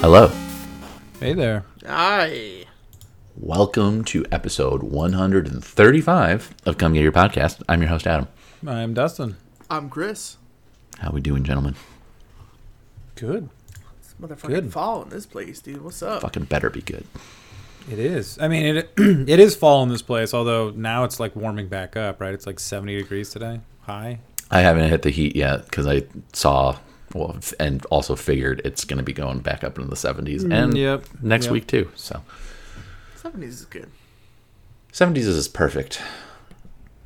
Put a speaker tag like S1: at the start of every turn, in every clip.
S1: Hello.
S2: Hey there.
S3: Aye.
S1: Welcome to episode 135 of Come Get Your Podcast. I'm your host, Adam.
S2: I'm Dustin.
S3: I'm Chris.
S1: How we doing, gentlemen?
S2: Good.
S3: This motherfucking
S2: Good.
S3: fall in this place, dude. What's up?
S1: Fucking better be good.
S2: It is. I mean, it it is fall in this place, although now it's like warming back up, right? It's like 70 degrees today. High.
S1: I haven't hit the heat yet because I saw, well, f- and also figured it's going to be going back up into the 70s and
S2: yep,
S1: next
S2: yep.
S1: week too. So
S3: 70s is good.
S1: 70s is perfect.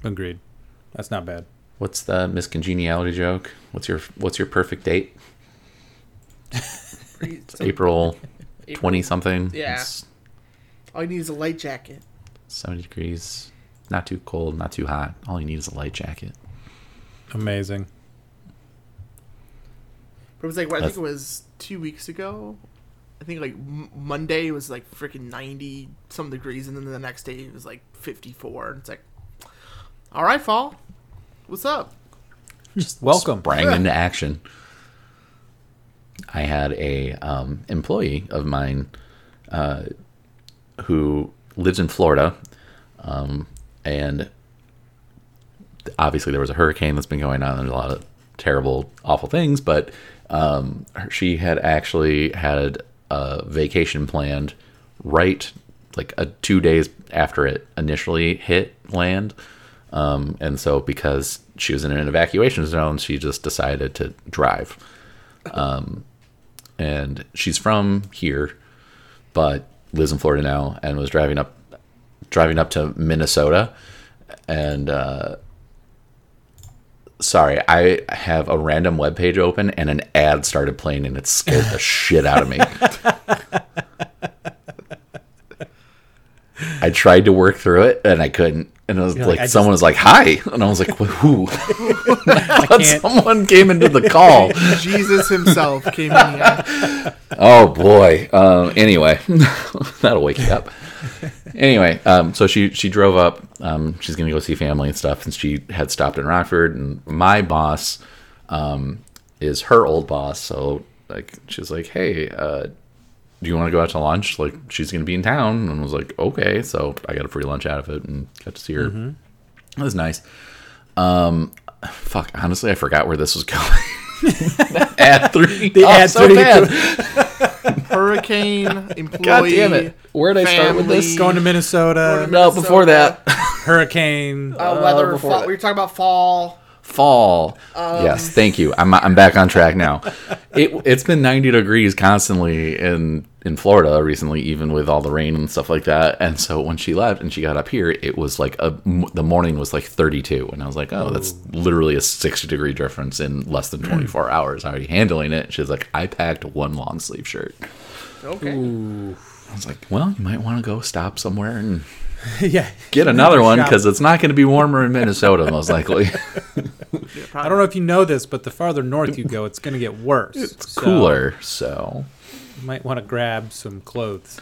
S2: Agreed. That's not bad.
S1: What's the miscongeniality joke? What's your What's your perfect date? It's April 20 something.
S3: Yeah.
S1: It's
S3: All you need is a light jacket.
S1: 70 degrees. Not too cold, not too hot. All you need is a light jacket.
S2: Amazing.
S3: But it was like, what, I
S1: That's-
S3: think it was two weeks ago. I think like M- Monday was like freaking 90 some degrees, and then the next day it was like 54. And it's like, all right, fall. What's up?
S1: just
S2: Welcome.
S1: sprang into action. I had a um, employee of mine uh, who lives in Florida, um, and obviously there was a hurricane that's been going on. There's a lot of terrible, awful things, but um, her- she had actually had a vacation planned right like a two days after it initially hit land. Um, and so because she was in an evacuation zone, she just decided to drive. Um, and she's from here, but lives in Florida now and was driving up, driving up to Minnesota. And, uh, sorry, I have a random web page open and an ad started playing and it scared the shit out of me. I tried to work through it and I couldn't. And it was
S2: You're like,
S1: like,
S2: "I
S1: someone was like, "Hi," and I was like, "Who?" but
S2: can't-
S1: someone came into the call.
S3: Jesus himself came in here.
S1: oh boy. Um, anyway, that'll wake you up. Anyway, um, so she she drove up. Um, she's gonna go see family and stuff, and she had stopped in Rockford. And my boss um, is her old boss, so like she's like, hey. Uh, do you want to go out to lunch? Like she's gonna be in town, and I was like, okay. So I got a free lunch out of it, and got to see her.
S2: Mm-hmm.
S1: It was nice. Um, fuck. Honestly, I forgot where this was going. ad three.
S2: The
S1: oh,
S2: ad
S1: so
S2: three.
S1: bad.
S3: Hurricane, employee.
S1: God damn it. Where did I start with this?
S3: family,
S2: Going to Minnesota.
S1: No, before that,
S2: Hurricane.
S3: Uh, weather,
S1: before
S3: fall.
S1: that.
S3: We were talking about fall.
S1: fall. yes, thank you. I'm I'm back on track now. It it's been 90 degrees constantly in in Florida recently, even with all the rain and stuff like that. And so when she left and she got up here, it was like a m- the morning was like 32, and I was like, oh, Hmm. that's literally a 60 degree difference in less than 24 hours. How are you handling it? She's like, I packed one long sleeve shirt.
S3: Okay.
S1: I was like, well, you might want to go stop somewhere and
S2: yeah.
S1: get another one
S2: Shop.
S1: because it's not going to be warmer in Minnesota most likely.
S3: Yeah,
S2: I
S3: probably.
S2: don't know if you know this, but the farther north you go, it's going to get worse.
S1: It's
S2: So
S1: cooler, so
S2: you might want to grab some clothes.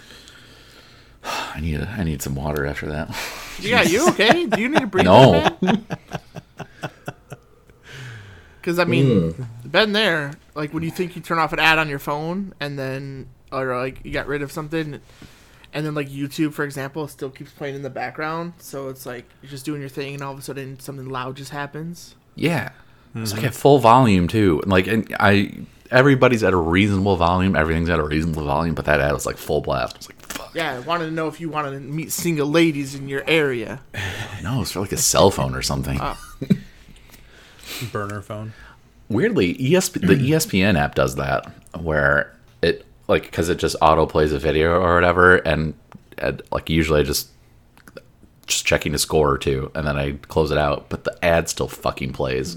S1: I need a, I need some water after that.
S3: Yeah, you okay? Do you need a breather?
S1: No.
S3: Because I mean,
S1: Hmm.
S3: been there. Like when you think you turn off an ad on your phone, and then or like you got rid of something, and then like YouTube, for example, still keeps playing in the background. So it's like you're just doing your thing, and all of a sudden something loud just happens.
S1: Yeah. It's like at full volume too. And like and I everybody's at a reasonable volume, everything's at a reasonable volume, but that ad was like full blast. I was like, fuck
S3: Yeah, I wanted to know if you wanted to meet single ladies in your area.
S1: no, it's for like a cell phone or something.
S2: Burner phone.
S1: Weirdly, ESP, the E ESPN app does that where it like because it just auto plays a video or whatever, and, and like usually I just just checking a score or two, and then I close it out, but the ad still fucking plays.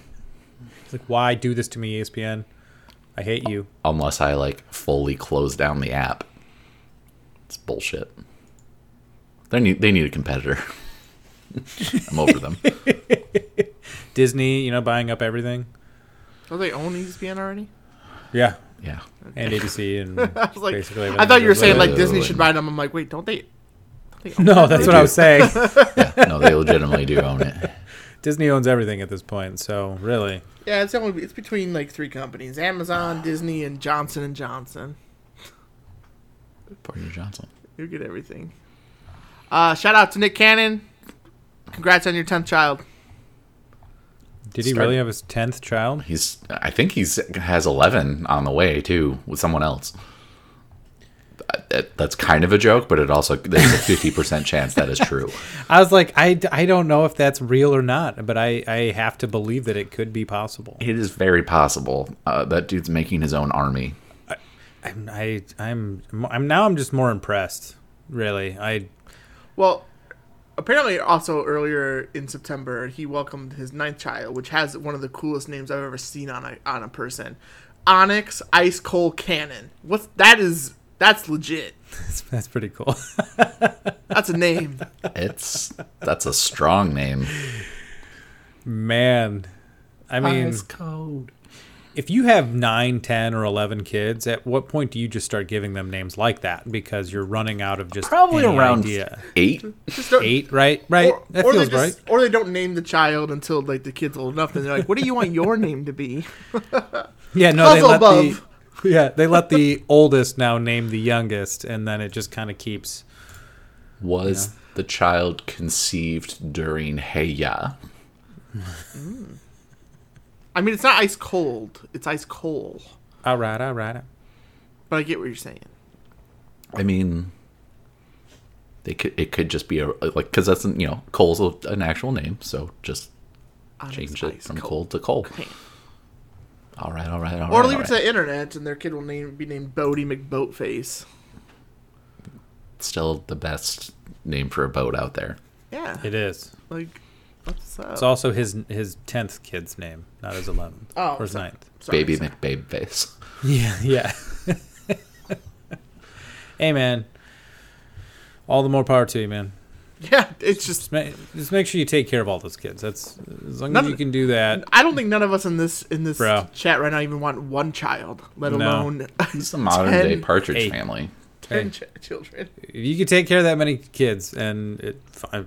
S2: It's like, why do this to me, E ESPN? I hate you.
S1: unless I like fully close down the app. It's bullshit. They need they need a competitor. I'm over them.
S2: Disney, you know, buying up everything.
S3: Don't they own ESPN already?
S2: Yeah.
S1: Yeah.
S2: And ABC and
S3: I was like,
S2: basically.
S3: I thought you were saying like
S1: Yeah,
S3: Disney
S1: like-
S3: should buy them. I'm like, wait, don't they? don't they own
S2: No, that's
S1: They
S2: what I
S1: do.
S2: was saying.
S1: No, they legitimately do own it.
S2: Disney owns everything at this point, so really,
S3: Yeah, it's only it's between like three companies: Amazon, Disney, and Johnson and Johnson.
S1: Porter Johnson.
S3: You get everything. Uh, shout out to Nick Cannon. Congrats on your tenth child.
S2: did he
S1: Start-
S2: really have his tenth child?
S1: He's. I think he's has eleven on the way too with someone else. That- That's kind of a joke, but it also there's a fifty percent chance that is true.
S2: I was like, I, d- I don't know if that's real or not, but I, I have to believe that it could be possible.
S1: It is very possible uh, that dude's making his own army.
S2: I'm, I I'm I'm now I'm just more impressed. Really, I
S3: Well, apparently, also earlier in September, he welcomed his ninth child, which has one of the coolest names I've ever seen on a on a person. Onyx Ice Cold Cannon. What's that? Is that's legit?
S2: that's, that's pretty cool.
S3: That's a name.
S1: It's that's a strong name.
S2: Man, I mean,
S1: code.
S2: if you have nine, ten, or 11 kids, at what point do you just start giving them names like that because you're running out of just
S1: Probably
S2: any
S1: around
S2: idea.
S1: eight.
S3: Just don't-
S2: eight, right? Right?
S3: Or,
S2: that
S3: or
S2: feels
S3: they just,
S2: right.
S3: or they don't name the child until like the kid's old enough, and they're like, "What do you want your name to be?"
S2: Yeah, no, they
S3: Puzzle
S2: let
S3: above.
S2: the yeah they let the oldest now name the youngest, and then it just kind of keeps.
S1: Was the child conceived during Heya?
S3: I mean, it's not ice cold; it's ice coal.
S2: All right, all right.
S3: But I get what you're saying.
S1: I mean, they could it could just be a like because that's you know Cole's a, an actual name, so just
S3: Onyx
S1: change it
S3: Ice
S1: from
S3: Cold.
S1: Cole to Cole.
S3: Cannon.
S1: All right, all right, all right.
S3: Or leave
S1: all
S3: it to
S1: right.
S3: the internet, and their kid will name be named Bodie McBoatface.
S1: Still the best name for a boat out there.
S3: Yeah,
S2: It is.
S3: like what's up?
S2: It's also his his tenth kid's name, not his eleventh
S3: Oh,
S2: or his
S3: sorry.
S2: ninth.
S3: Sorry,
S1: Baby
S3: sorry.
S1: McBabe face.
S2: Yeah, yeah. hey, man. All the more power to you, man.
S3: Yeah, it's just
S2: Just make, just make sure you take care of all those kids. That's as long as
S3: None-
S2: you can do that.
S3: I don't think none of us in this in this
S2: Bro.
S3: chat right now even want one child, let
S2: No.
S3: alone
S1: He's the modern day
S3: Ten-
S1: Partridge
S2: eight.
S1: family.
S3: ten ch- children.
S2: If you can take care of that many kids, and it, fi-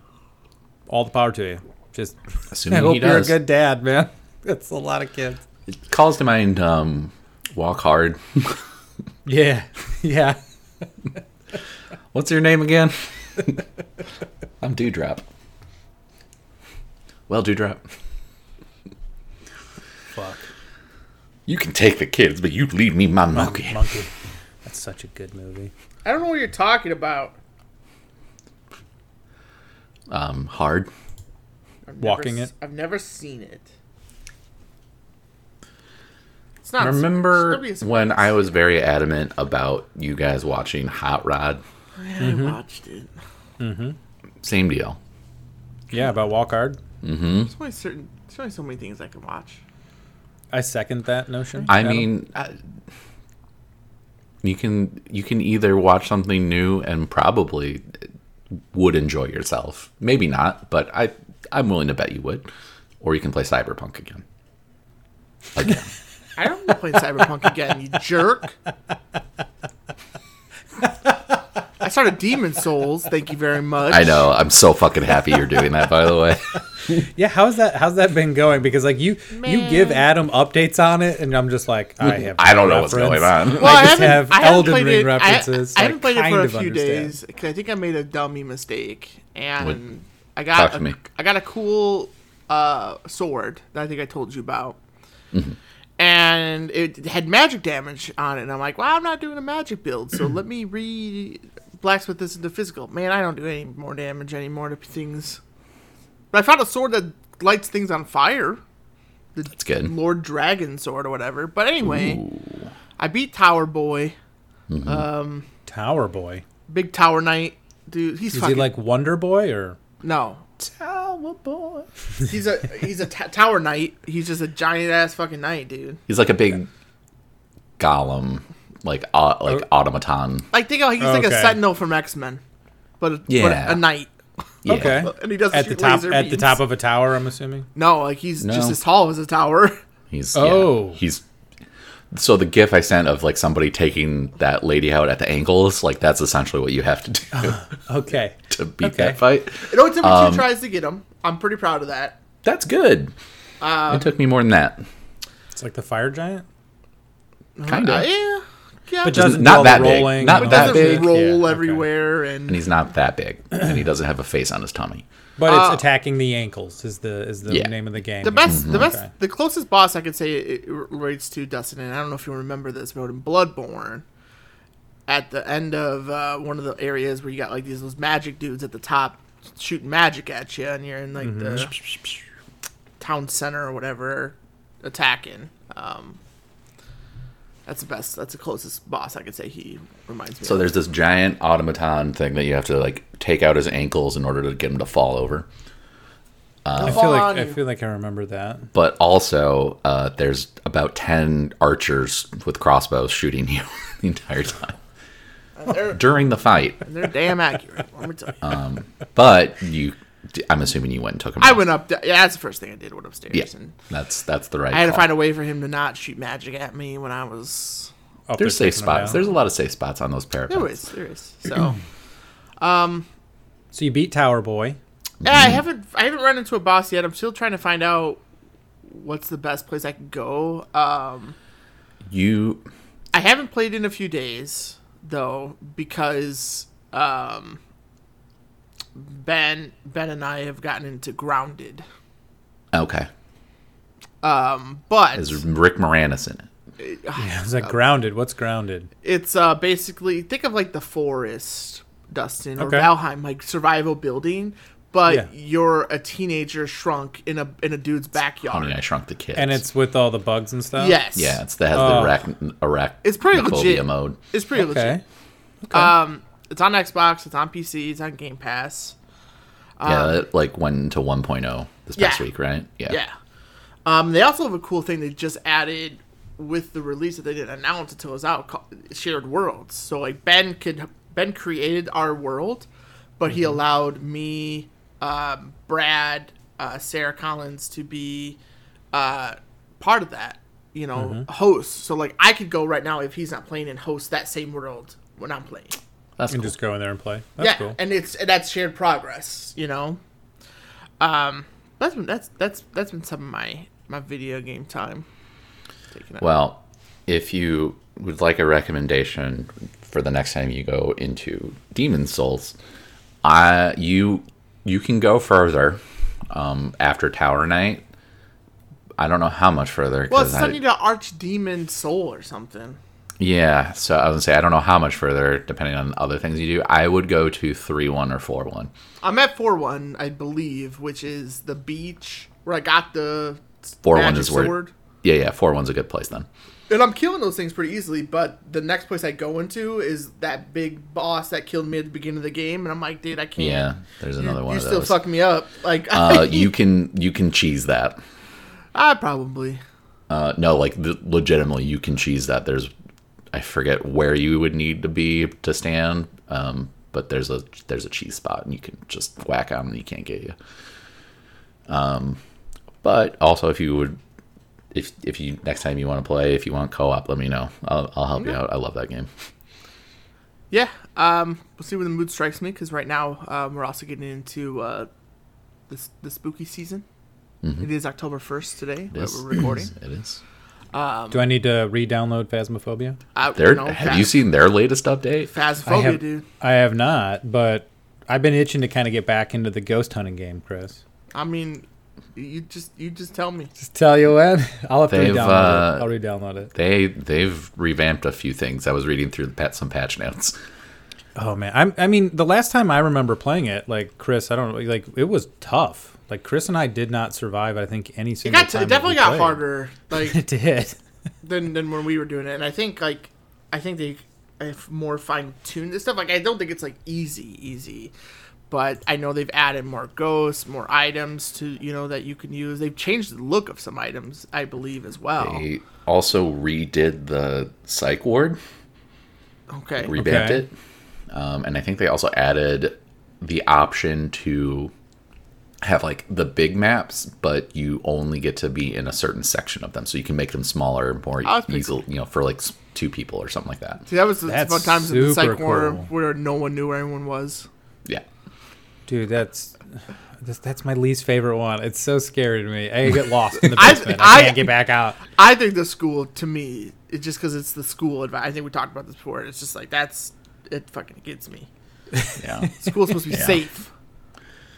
S2: all the power to you. Just I
S1: Assuming
S2: hope
S1: he
S2: you're a
S1: does.
S2: good dad, man. That's a lot of kids.
S1: It calls to mind um, Walk Hard.
S2: Yeah, yeah.
S1: What's your name again? I'm Dewdrop. Well, Dewdrop,
S2: Fuck,
S1: you can take the kids, but you leave me my monkey.
S2: monkey. That's such a good movie.
S3: I don't know what you're talking about.
S1: Um, hard.
S3: I've
S2: Walking
S3: never,
S2: it?
S3: s- I've never seen it. It's not.
S1: Remember
S3: it's gonna be a
S1: when I
S3: surprise.
S1: was very adamant about you guys watching Hot Rod?
S3: Yeah,
S2: Mm-hmm.
S3: I watched it.
S1: Same deal.
S2: Yeah, about Walk Hard.
S3: There's only certain. There's only so many things I can watch.
S2: I second that notion.
S1: I
S2: Adam.
S1: mean, I, you can you can either watch something new and probably would enjoy yourself. Maybe not, but I I'm willing to bet you would. Or you can play Cyberpunk again. Again.
S3: I don't want to play Cyberpunk again, you jerk. I started Demon Souls. Thank you very much.
S1: I know. I'm so fucking happy you're doing that. By the way,
S2: yeah. How's that? How's that been going? Because like you, you give Adam updates on it, and I'm just like, I have.
S1: I don't
S2: no
S1: know what's
S2: reference.
S1: going on.
S3: Well,
S2: I
S3: I,
S2: just
S3: haven't,
S2: have
S3: I haven't
S2: Elden
S3: played
S2: Ring
S3: it. I-
S2: references, so
S3: I,
S2: I
S3: haven't played it for
S2: kind
S3: a
S2: of
S3: few
S2: understand.
S3: days 'cause I think I made a dummy mistake, and
S1: What?
S3: I
S1: Talk
S3: got
S1: to
S3: a,
S1: me.
S3: I got a cool uh, sword that I think I told you about,
S1: Mm-hmm.
S3: and it had magic damage on it. And I'm like, well, I'm not doing a magic build, so let me re blacksmith this into physical. Man, I don't do any more damage anymore to things. But I found a sword that lights things on fire. The
S1: That's good.
S3: Lord Dragon sword or whatever. But anyway,
S1: Ooh.
S3: I beat Tower Boy.
S2: Tower Boy.
S3: Big Tower Knight dude. He's
S2: Is
S3: fucking
S2: he like Wonder Boy or?
S3: no.
S1: Tower boy.
S3: He's a he's a t- Tower Knight. He's just a giant ass fucking knight, dude.
S1: He's like a big golem, like au- like
S2: Oh.
S1: automaton.
S3: Like think of he's like a
S2: Okay.
S3: Sentinel from X Men, but a,
S1: Yeah.
S3: but a knight.
S1: Yeah.
S2: Okay.
S3: And he doesn't
S2: at the
S3: shoot
S2: top
S3: laser
S2: at the
S3: beams.
S2: top of a tower. I'm assuming.
S3: No, like he's
S1: No.
S3: just as tall as a tower.
S1: He's
S2: Oh.
S1: yeah, he's so the gif I sent of like somebody taking that lady out at the ankles, like that's essentially what you have to do
S2: Okay.
S1: to beat
S2: Uh, Okay.
S1: that fight.
S3: It only took me two tries to get him. I'm pretty proud of that.
S1: That's good. it took me more than that.
S2: It's like the fire giant.
S1: Kind of.
S3: Uh, yeah. Yeah.
S2: But
S3: But
S2: doesn't
S1: not
S2: do all the
S1: that big.
S2: rolling
S1: Not
S2: and all
S1: that
S3: doesn't
S2: that
S1: big.
S2: stuff.
S3: roll
S2: Yeah, okay.
S3: everywhere and,
S1: And he's not that big, and he doesn't have a face on his tummy.
S2: But it's
S3: Oh.
S2: attacking the ankles is the is the
S1: Yeah.
S2: name of the game.
S3: the best
S1: Mm-hmm.
S3: the best
S2: Okay.
S3: the closest boss I could say it it relates to Dustin and I don't know if you remember this but in Bloodborne at the end of uh, one of the areas where you got like these those magic dudes at the top shooting magic at you and you're in
S2: Mm-hmm.
S3: like the town center or whatever attacking um that's the best that's the closest boss I could say he reminds me
S1: So
S3: of.
S1: there's this giant automaton thing that you have to like take out his ankles in order to get him to fall over.
S2: I feel like
S3: Fun.
S2: I feel like I remember that.
S1: But also, uh, there's about ten archers with crossbows shooting you the entire time
S3: they're,
S1: during the fight.
S3: they're damn accurate let me tell you
S1: Um, But you, I'm assuming you went and took him.
S3: I
S1: out.
S3: went up. Yeah, that's the first thing I did. Went upstairs,
S1: Yeah,
S3: and
S1: that's that's the right.
S3: I had to
S1: call.
S3: find a way for him to not shoot magic at me when I was.
S2: Up
S1: There's
S2: there
S1: safe
S2: taking them
S1: spots.
S2: down.
S1: There's a lot of safe spots on those parapets.
S3: There is, there is. So
S2: so you beat Tower Boy.
S3: yeah, I haven't, I haven't run into a boss yet. I'm still trying to find out what's the best place I can go. Um,
S1: You
S3: I haven't played in a few days though because um, Ben, Ben and I have gotten into Grounded.
S1: okay?
S3: Um, but
S1: Is Rick Moranis in it?
S2: I was like grounded. What's grounded?
S3: It's uh, basically think of like the forest, Dustin, or
S2: Okay.
S3: Valheim, like survival building, but
S2: Yeah.
S3: you're a teenager shrunk in a in a dude's backyard.
S1: Honey, Oh, I Shrunk the Kids.
S2: And it's with all the bugs and stuff.
S3: yes,
S1: yeah, it's that has the
S2: Oh.
S1: arach- arach-
S3: It's pretty legit.
S1: mode.
S3: it's pretty
S2: Okay.
S3: legit. Um, it's on Xbox, it's on PC, it's on Game Pass.
S1: yeah, it like went into 1.0 this past
S3: Um, Yeah.
S1: week, right? Yeah.
S3: Yeah. Um, they also have a cool thing they just added with the release that they didn't announce until it was out called Shared Worlds. So like Ben could Ben created our world, but he allowed me, um, Brad, uh, Sarah Collins to be uh, part of that. You know, host. So like I could go right now if he's not playing and host that same world when I'm playing
S1: That's
S2: You can
S1: cool.
S2: just go in there and play. That's
S3: yeah,
S2: cool.
S3: and it's and that's shared progress, you know. Um, that's been that's that's that's been some of my my video game time. Taking up.
S1: Well, if you would like a recommendation for the next time you go into Demon Souls, I you you can go further um, after Tower Night. I don't know how much further.
S3: well,
S1: 'cause
S3: it's
S1: I-
S3: something to Archdemon Soul or something.
S1: Yeah, so I was gonna say I don't know how much further, depending on other things you do. I would go to three one or four one.
S3: I'm at four one, I believe, which is the beach where I got the
S1: 4-1
S3: magic
S1: is where-
S3: sword.
S1: Yeah, yeah, four one's a good place then.
S3: And I'm killing those things pretty easily, but the next place I go into is that big boss that killed me at the beginning of the game, and I'm like, dude, I can't.
S1: Yeah, there's another
S3: you,
S1: one
S3: you
S1: of
S3: still
S1: those.
S3: fuck me up. Like,
S1: uh, you can you can cheese that.
S3: I probably.
S1: Uh, no, like th- legitimately, you can cheese that. There's, I forget where you would need to be to stand, um, but there's a there's a cheese spot, and you can just whack on, and he can't get you. Um, but also, if you would, if if you next time you want to play, if you want co-op, let me know. I'll, I'll help you out. I love that game.
S3: Yeah, um, we'll see when the mood strikes me because right now um, we're also getting into uh, this the spooky season.
S1: Mm-hmm.
S3: It is October first today
S1: It
S3: that
S1: is-
S3: we're recording.
S1: It is.
S3: Um,
S2: Do I need to re-download Phasmophobia?
S3: I,
S1: There.
S3: Uh, know,
S1: have
S3: Phas-
S1: you seen their latest update?
S2: I
S3: Phasmophobia,
S2: have.
S3: dude?
S2: I have not, but I've been itching to kind of get back into the ghost hunting game, Chris.
S3: I mean, you just you just tell me.
S2: Just tell you what, I'll have to
S1: They've,
S2: re-download
S1: uh,
S2: it. I'll re-download it.
S1: They they've revamped a few things. I was reading through the pat some patch notes.
S2: Oh man, I'm, I mean, the last time I remember playing it, like Chris, I don't like it was tough. Like Chris and I did not survive. I think any
S3: It
S2: single
S3: got
S2: time.
S3: it definitely
S2: that we
S3: got
S2: played.
S3: harder like
S2: it did.
S3: than than when we were doing it, and I think like I think they have more fine tuned this stuff. Like I don't think it's like easy easy. But I know they've added more ghosts, more items to you know that you can use. They've changed the look of some items, I believe, as well.
S1: They also redid the psych ward.
S3: Okay.
S1: revamped
S2: Okay.
S1: it. Um, and I think they also added the option to have like the big maps, but you only get to be in a certain section of them, so you can make them smaller, more
S3: Oh, that's pretty
S1: easily, you know, for like s- two people or something like that.
S3: See, that was the
S2: That's
S3: fun times in
S2: super
S3: the psych war
S2: cool.
S3: where no one knew where anyone was.
S1: Yeah,
S2: Dude, that's This, that's my least favorite one. It's so scary to me. I get lost in the
S3: I-
S2: basement. I,
S3: I-
S2: can't get back out.
S3: I think the school to me, it just because it's the school. advi- I think we talked about this before. It's just like that's it. Fucking gets me.
S1: Yeah.
S3: School's supposed to be
S1: Yeah.
S3: safe.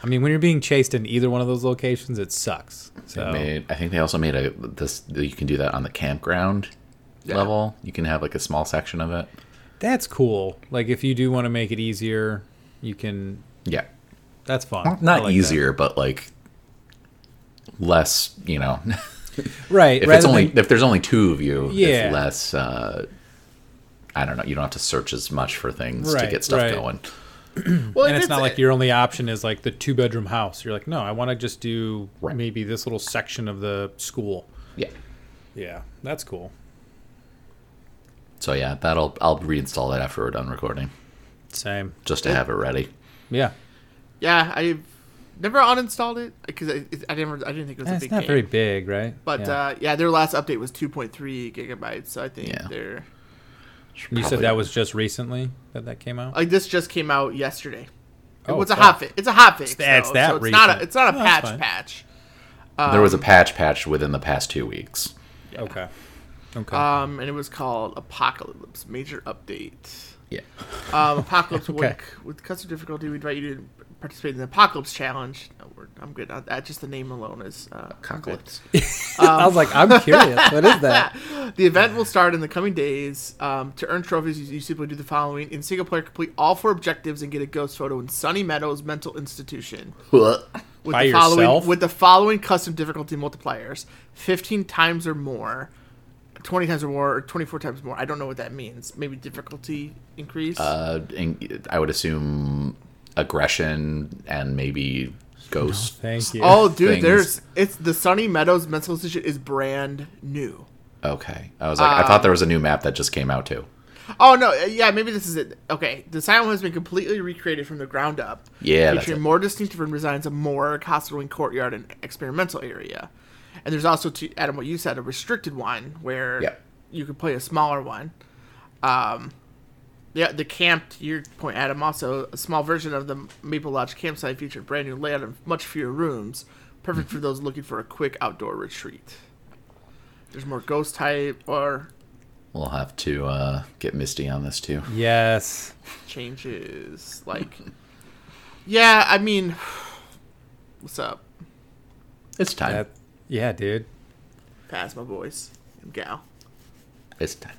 S2: I mean, when you're being chased in either one of those locations, it sucks.
S1: They
S2: So
S1: made- I think they also made a this. You can do that on the campground level. You can have like a small section of it.
S2: that's cool. Like if you do want to make it easier, you can.
S1: Yeah,
S2: That's fun. I
S1: not
S2: like that.
S1: easier, but like less. You know,
S2: right?
S1: if
S2: rather
S1: it's only
S2: than-
S1: if there's only two of you,
S2: Yeah.
S1: it's less. Uh, I don't know. You don't have to search as much for things to
S2: Right,
S1: get stuff
S2: right.
S1: going.
S3: Well,
S2: and
S3: if
S2: it's not like your only option is like the two bedroom house. You're like, no, I want to just do
S1: Right.
S2: maybe this little section of the school.
S1: Yeah.
S2: Yeah, that's cool.
S1: So yeah, that'll I'll reinstall that after we're done recording,
S2: Same.
S1: just to have it ready.
S2: Yeah,
S3: Yeah, I never uninstalled it because I, I never I didn't think it was
S2: Eh,
S3: a
S2: it's
S3: big
S2: not
S3: game.
S2: very big, right?
S3: but
S2: Yeah.
S3: uh, yeah, their last update was 2.3 gigabytes. So I think
S1: Yeah.
S3: they're
S2: you
S1: Probably-
S2: said that was just recently that that came out.
S3: like this just came out yesterday.
S2: Oh,
S3: well, it's a
S2: fuck.
S3: hot fix. It's a hot fix.
S2: It's that- it's
S3: though,
S2: that
S3: so it's not a
S2: recent.
S3: it's not a
S2: No, that's
S3: patch
S2: fine.
S3: patch.
S1: there
S2: um,
S1: was a patch patch within the past two weeks.
S2: Okay. Okay.
S3: Um, and it was called Apocalypse Major Update.
S1: Yeah.
S3: Um, Apocalypse
S2: Okay.
S3: Wick. With custom difficulty, we invite you to participate in the Apocalypse Challenge. No, we're, I'm good on that. Just the name alone is uh,
S1: Apocalypse.
S2: I was like, I'm curious. What is that?
S3: The event will start in the coming days. Um, to earn trophies, you, you simply do the following: in single player, complete all four objectives and get a ghost photo in Sunny Meadows Mental Institution.
S1: Uh,
S3: With
S2: By
S3: the following,
S2: yourself?
S3: With the following custom difficulty multipliers: fifteen times or more, twenty times or more, or twenty-four times more. I don't know what that means. Maybe difficulty increase.
S1: uh, in, I would assume aggression and maybe ghost.
S2: Thank you.
S3: oh, dude,
S1: things.
S3: there's it's the Sunny Meadows Mental Institution is brand new.
S1: Okay, I was like, I
S3: Uh,
S1: thought there was a new map that just came out too.
S3: Oh no, uh, yeah, maybe this is it. Okay, the asylum has been completely recreated from the ground up.
S1: Yeah, that's it.
S3: featuring more distinctive designs of morgue, hospital, and courtyard and experimental area. And there's also, to Adam, what you said, a restricted one where
S1: Yep.
S3: you could play a smaller one. Um, the the camp, to your point, Adam, also a small version of the Maple Lodge campsite featured brand new layout and much fewer rooms,
S1: Mm-hmm.
S3: perfect for those looking for a quick outdoor retreat. There's more ghost type or
S1: We'll have to uh, get Misty on this too.
S2: Yes.
S3: changes. Like, yeah, I mean, what's up?
S1: It's time.
S2: That, yeah, dude.
S3: Pass my voice and gal.
S1: It's time.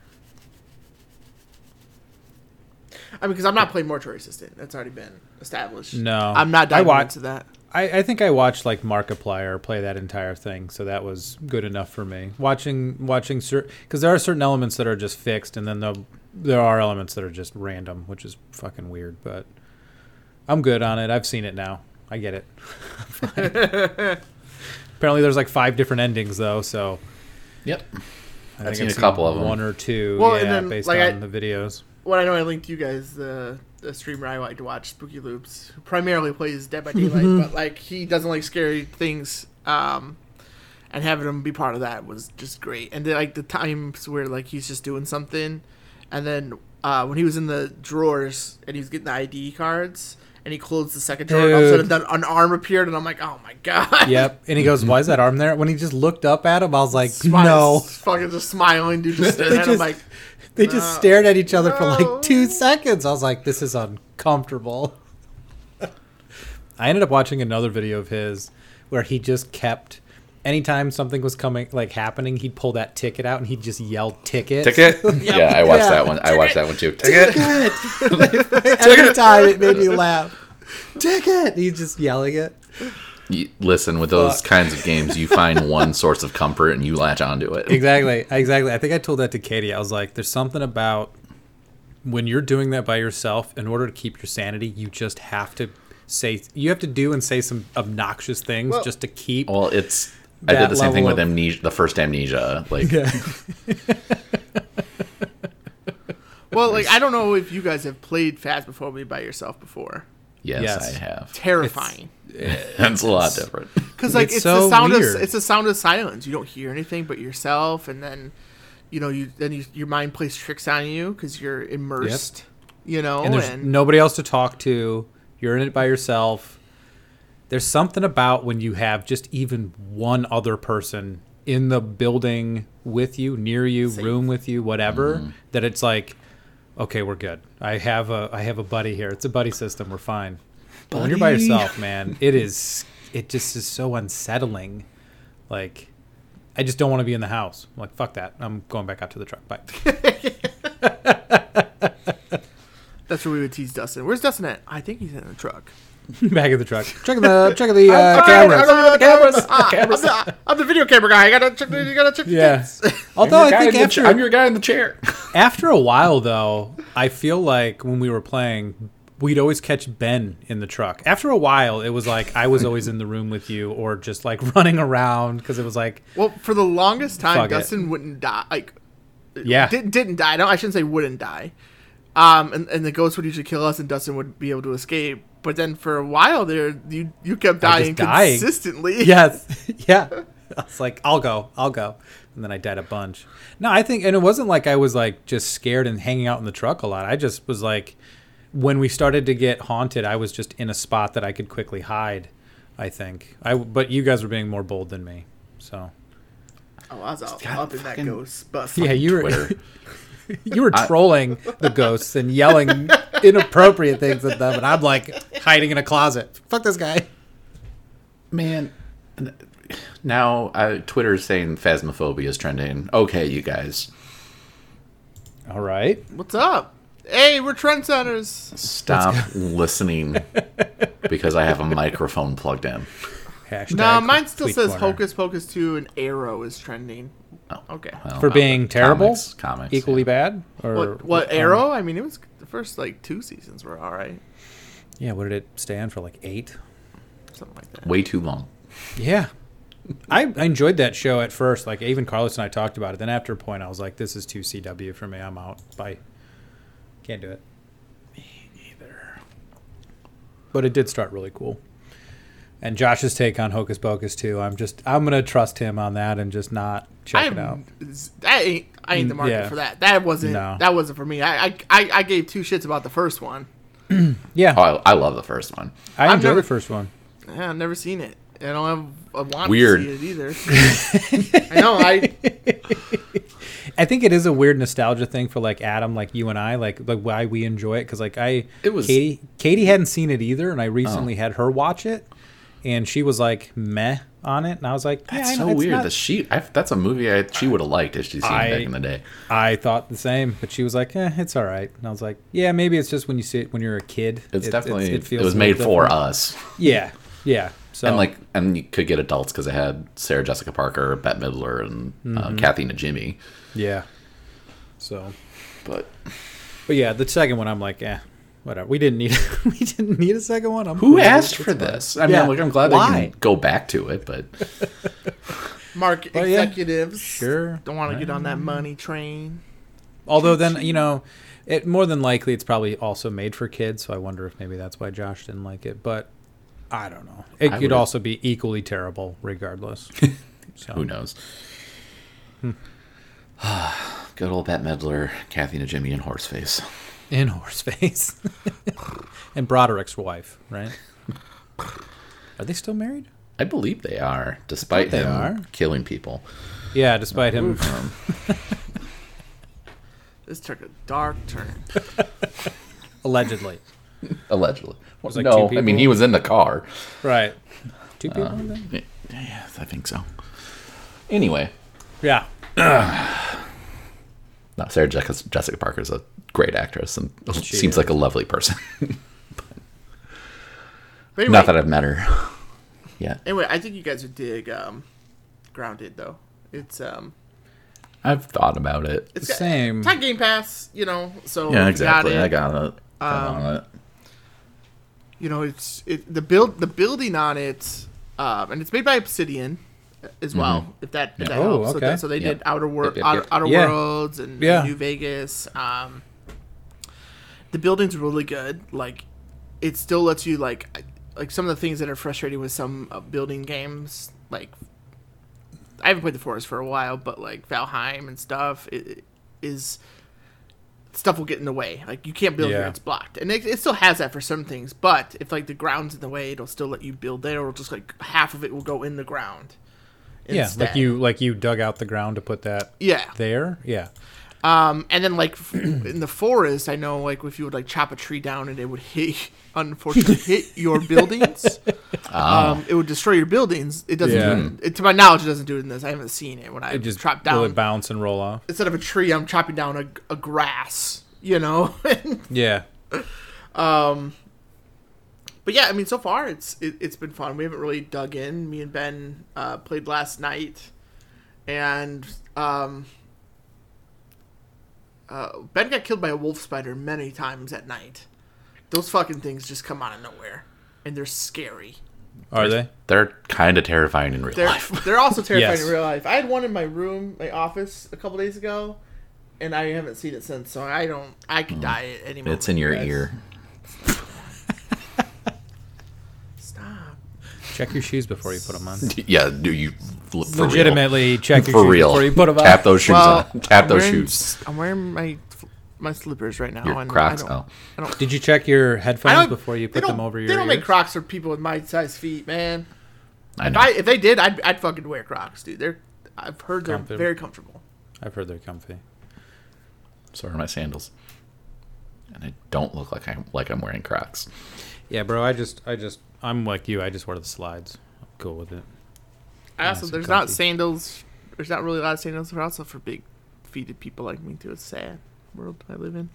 S3: I mean, because I'm not playing Mortuary Assistant. That's already been established.
S2: No.
S3: I'm not
S2: I
S3: diving
S2: wa-
S3: into that.
S2: I, I think I watched like Markiplier play that entire thing, so that was good enough for me. Watching watching because there are certain elements that are just fixed, and then the, there are elements that are just random, which is fucking weird. But I'm good on it. I've seen it now. I get it. Apparently, there's like five different endings though, so
S1: Yep.
S2: I
S1: I've seen a couple of 'em.
S2: one or two.
S3: Well, and
S2: yeah,
S3: then,
S2: based
S3: like, I-
S2: on the videos.
S3: Well, I know I linked you guys the the streamer I like to watch, Spooky Loops, who primarily plays Dead by Daylight, but like he doesn't like scary things. Um, and having him be part of that was just great. And then like the times where like he's just doing something, and then uh, when he was in the drawers and he was getting the ID cards. And he closed the second drawer, and all of a sudden
S2: Dude.
S3: then an arm appeared, and I'm like, "Oh my god!"
S2: Yep. And he goes, "Why is that arm there?" When he just looked up at him, I was like,
S3: Smiles,
S2: "No."
S3: fucking just smiling, dude, just staring
S2: They
S3: at him
S2: just-
S3: like,
S2: They just
S3: No.
S2: stared at each other for
S3: No.
S2: like two seconds. I was like, this is uncomfortable. I ended up watching another video of his where he just kept anytime something was coming like happening, he'd pull that ticket out and he'd just yell ticket.
S1: Ticket. Yeah, I watched
S2: Yeah.
S1: that one. I watched that one too. Ticket.
S2: Every time it made me laugh. Ticket. He's just yelling it.
S1: You- listen, with those
S2: Fuck.
S1: kinds of games, you find one source of comfort and you latch onto it.
S2: Exactly. Exactly. I think I told that to Katie. I was like, there's something about when you're doing that by yourself, in order to keep your sanity, you just have to say, you have to do and say some obnoxious things
S3: Well-
S2: just to keep.
S1: Well, it's. I
S2: That
S1: did the same thing
S2: level
S1: with
S2: of-
S1: amnesia, the first amnesia. Like,
S2: Yeah.
S3: "Well, like I don't know if you guys have played Phasmophobia by yourself before.
S1: yes,
S2: Yes.
S1: I have.
S3: Terrifying."
S1: That's a lot different.
S3: because like
S2: It's
S3: it's,
S2: so
S3: the sound
S2: weird.
S3: of it's the sound of silence. You don't hear anything but yourself, and then you know you then you, your mind plays tricks on you because you're immersed. You know,
S2: and
S3: and,
S2: there's nobody else to talk to. You're in it by yourself. There's something about when you have just even one other person in the building with you, near you, room with you, whatever, that it's like, okay, we're good. I have a I have a buddy here. It's a buddy system. We're fine. But when you're by
S1: Buddy.
S2: yourself, man, it is it just is so unsettling. Like I just don't want to be in the house. I'm like fuck that. I'm going back out to the truck. Bye.
S3: That's where we would tease Dustin. Where's Dustin at? I think he's in the truck.
S2: back in the truck. Checking the checking the uh,
S3: Sorry,
S2: cameras.
S3: I don't know the
S2: cameras.
S3: Ah, I'm, the, I'm the video camera guy. I gotta check. The, you gotta check. The
S2: Yeah.
S3: dates.
S2: Although I
S1: Guy
S2: think
S1: in the
S2: after
S1: cha- I'm your guy in the chair.
S2: after a while though, I feel like when we were playing, we'd always catch Ben in the truck. After a while, it was like I was always in the room with you, or just like running around because it was like
S3: well, for the longest time,
S2: Fuck it.
S3: Dustin wouldn't die. Like,
S2: yeah,
S3: did, didn't die. No, I shouldn't say wouldn't die. Um, and, and the ghost would usually kill us, and Dustin would be able to escape. But then for a while there, you you kept
S2: I was
S3: dying
S2: just dying.
S3: consistently.
S2: yes, yeah. I was like, I'll go, I'll go, and then I died a bunch. No, I think, and it wasn't like I was like just scared and hanging out in the truck a lot. I just was like, when we started to get haunted, I was just in a spot that I could quickly hide. I think I, but you guys were being more bold than me, so
S3: Oh, I was all,
S1: God,
S3: up in that
S1: fucking-
S3: ghost bus.
S2: yeah, you were.
S1: Twitter.
S2: You were trolling the ghosts and yelling inappropriate things at them, and I'm like hiding in a closet. Fuck this guy.
S1: Man, n- now uh, Twitter's saying phasmophobia is trending. Okay, you guys,
S2: All right.
S3: What's up? Hey, we're trendsetters.
S1: stop listening because I have a microphone plugged in.
S2: Hashtag
S3: No, mine still
S2: Tweet
S3: says
S2: Corner.
S3: Hocus Pocus 2 and Arrow is trending.
S1: Oh,
S3: Okay.
S1: well,
S2: for
S1: uh,
S2: being terrible,
S1: comics, comics,
S2: equally
S1: yeah.
S2: bad, or
S3: What, what
S2: um,
S3: Arrow? I mean, it was the first like two seasons were all right,
S2: yeah, what did it stand for? Like eight.
S3: something like that.
S1: way too long.
S2: Yeah, I, I enjoyed that show at first. Like even Carlos and I talked about it. Then after a point, I was like, "This is too CW for me. I'm out. Bye. Can't do it." Me either. But it did start really cool. And Josh's take on Hocus Pocus too. I'm just I'm gonna trust him on that and just not check it out. Mm,
S3: I'm, I ain't I ain't the market
S2: yeah.
S3: for that. That wasn't
S2: No.
S3: that wasn't for me. I, I I I gave two shits about the first one.
S2: Yeah,
S1: Oh, I, I love the first one.
S2: I
S3: I've
S2: enjoyed
S3: never-
S2: the first one.
S3: Yeah, I've never seen it. I don't have a want
S1: Weird.
S3: to see it either. I know. I
S2: I think it is a weird nostalgia thing for like Adam, like you and I, like like why we enjoy it because like I,
S1: It was- Oh.
S2: Katie. Katie hadn't seen it either, and I recently had her watch it, and she was like meh on it, and I was like, yeah,
S1: That's
S2: I know,
S1: so
S2: it's
S1: weird.
S2: not-
S1: that she I, that's a movie I, she would have liked if she'd seen it
S2: I-
S1: back in the day.
S2: I thought the same, but she was like, eh, it's all right, and I was like, yeah, maybe it's just when you see it when you're a kid,
S1: It's
S2: It-
S1: definitely it
S2: feels
S1: was
S2: a little
S1: made for
S2: different.
S1: us,
S2: Yeah, yeah. So
S1: and like and you could get adults because it had Sarah Jessica Parker, Bette Midler, and
S2: Mm-hmm.
S1: uh, Kathy Najimy.
S2: yeah, so
S1: But
S2: but yeah, the second one I'm like, eh, whatever. We didn't need we didn't need a second one. I'm
S1: who
S2: cool.
S1: asked
S2: It's
S1: for
S2: fine.
S1: this? I mean,
S2: Yeah.
S1: like I'm glad
S2: Why?
S1: they can go back to it, but
S3: Mark
S2: But yeah,
S3: executives
S2: sure. Mm.
S3: don't want to get on that money train.
S2: Although then you know, it more than likely it's probably also made for kids, so I wonder if maybe that's why Josh didn't like it. But I don't know. It
S1: I
S2: could
S1: would've-
S2: also be equally terrible, regardless. So.
S1: who knows?
S2: Hmm.
S1: Good old Bette Midler, Kathy Najimy, and Horseface.
S2: In Horseface, and Broderick's wife, right? Are they still married?
S1: I believe they are, despite
S2: they
S1: him
S2: are.
S1: killing people.
S2: Yeah, despite him. um,
S3: This took a dark turn.
S2: allegedly.
S1: Allegedly.
S2: like,
S1: no, I
S2: two
S1: mean
S2: people.
S1: he was in the car.
S2: Right. Two people then?
S1: Yeah, yeah, I think so. Anyway,
S2: Yeah.
S1: no, Sarah Jessica, Jessica Parker is a great actress and
S2: She
S1: seems
S2: is.
S1: like a lovely person.
S3: But anyway,
S1: Not that I've met her yet.
S3: anyway, I think you guys would dig um, Grounded though. It's um,
S1: I've thought about it.
S3: it's got-
S2: Same.
S3: It's on Game Pass, you know. So
S1: yeah,
S3: we
S1: exactly.
S3: Got it. Um,
S1: I got it. Got on it.
S3: you know, it's it, the build the building on it, um, and it's made by Obsidian as well. If that, if
S1: Mm-hmm. Yeah.
S3: that
S2: Oh,
S3: helps. So,
S2: okay.
S3: that, so they
S1: Yep.
S3: did Outer World,
S1: Yep, yep,
S3: Outer,
S1: yep.
S3: Outer
S2: Yeah.
S3: Worlds, and
S2: Yeah.
S3: New Vegas. Um, the building's really good. Like, it still lets you like I- like some of the things that are frustrating with some uh, building games. Like, I haven't played the Forest for a while, but like Valheim and stuff it, it is stuff will get in the way. Like you can't build
S2: Yeah.
S3: where it's blocked, and it, it still has that for some things. But if like the ground's in the way, it'll still let you build there, or just like half of it will go in the ground.
S2: Yeah,
S3: instead.
S2: like you like you dug out the ground to put that
S3: Yeah,
S2: there. Yeah.
S3: um, and then like f- in the forest, I know like if you would like chop a tree down and it would hit, unfortunately, hit your buildings. Um, it would destroy your buildings. It doesn't.
S2: Yeah.
S3: Do it, it- to my knowledge, it doesn't do it in this. I haven't seen it when I
S2: It just
S3: chop
S2: will
S3: down
S2: it bounce and roll off.
S3: instead of a tree. I'm chopping down a, a grass. You know.
S2: Yeah.
S3: but yeah, I mean, so far it's it, it's been fun. We haven't really dug in. Me and Ben uh, played last night, and um, uh, Ben got killed by a wolf spider many times at night. Those fucking things just come out of nowhere, and they're scary.
S2: Are they?
S1: They're kind of terrifying in real
S3: They're
S1: life.
S3: they're also terrifying
S2: Yes.
S3: in real life. I had one in my room, my office, a couple days ago, and I haven't seen it since. So I don't. I could die at any moment.
S1: Mm. It's in your
S3: guys.
S1: ear.
S3: Stop.
S2: Check your shoes before you put them on.
S1: Yeah, do you for real.
S2: Legitimately, check your
S1: for
S2: shoes
S1: real?
S2: before you put them on.
S1: Tap those shoes.
S3: Well,
S1: on. Tap
S3: I'm
S1: those
S3: wearing-
S1: shoes.
S3: I'm wearing my my slippers right now.
S1: Your
S3: and
S1: Crocs.
S3: I don't,
S1: Oh,
S2: Did you check your
S3: I
S2: headphones
S3: don't,
S2: before you
S3: they
S2: put them
S3: don't-
S2: over your
S3: They don't make
S2: ears?
S3: Crocs for people with my size feet, man.
S1: I
S3: If,
S1: know.
S3: I, if they did, I'd, I'd fucking wear Crocs, dude. They're I've heard they're
S2: Comfy.
S3: very comfortable.
S2: I've heard they're comfy.
S1: so are my sandals, and I don't look like I'm like I'm wearing Crocs.
S2: Yeah, bro. I just, I just, I'm like you. I just wear the slides. I'm cool with it.
S3: I also
S2: so
S3: there's not
S2: comfy.
S3: sandals. There's not really a lot of sandals. They're also for big feeted people like me too. It's sad world I live in.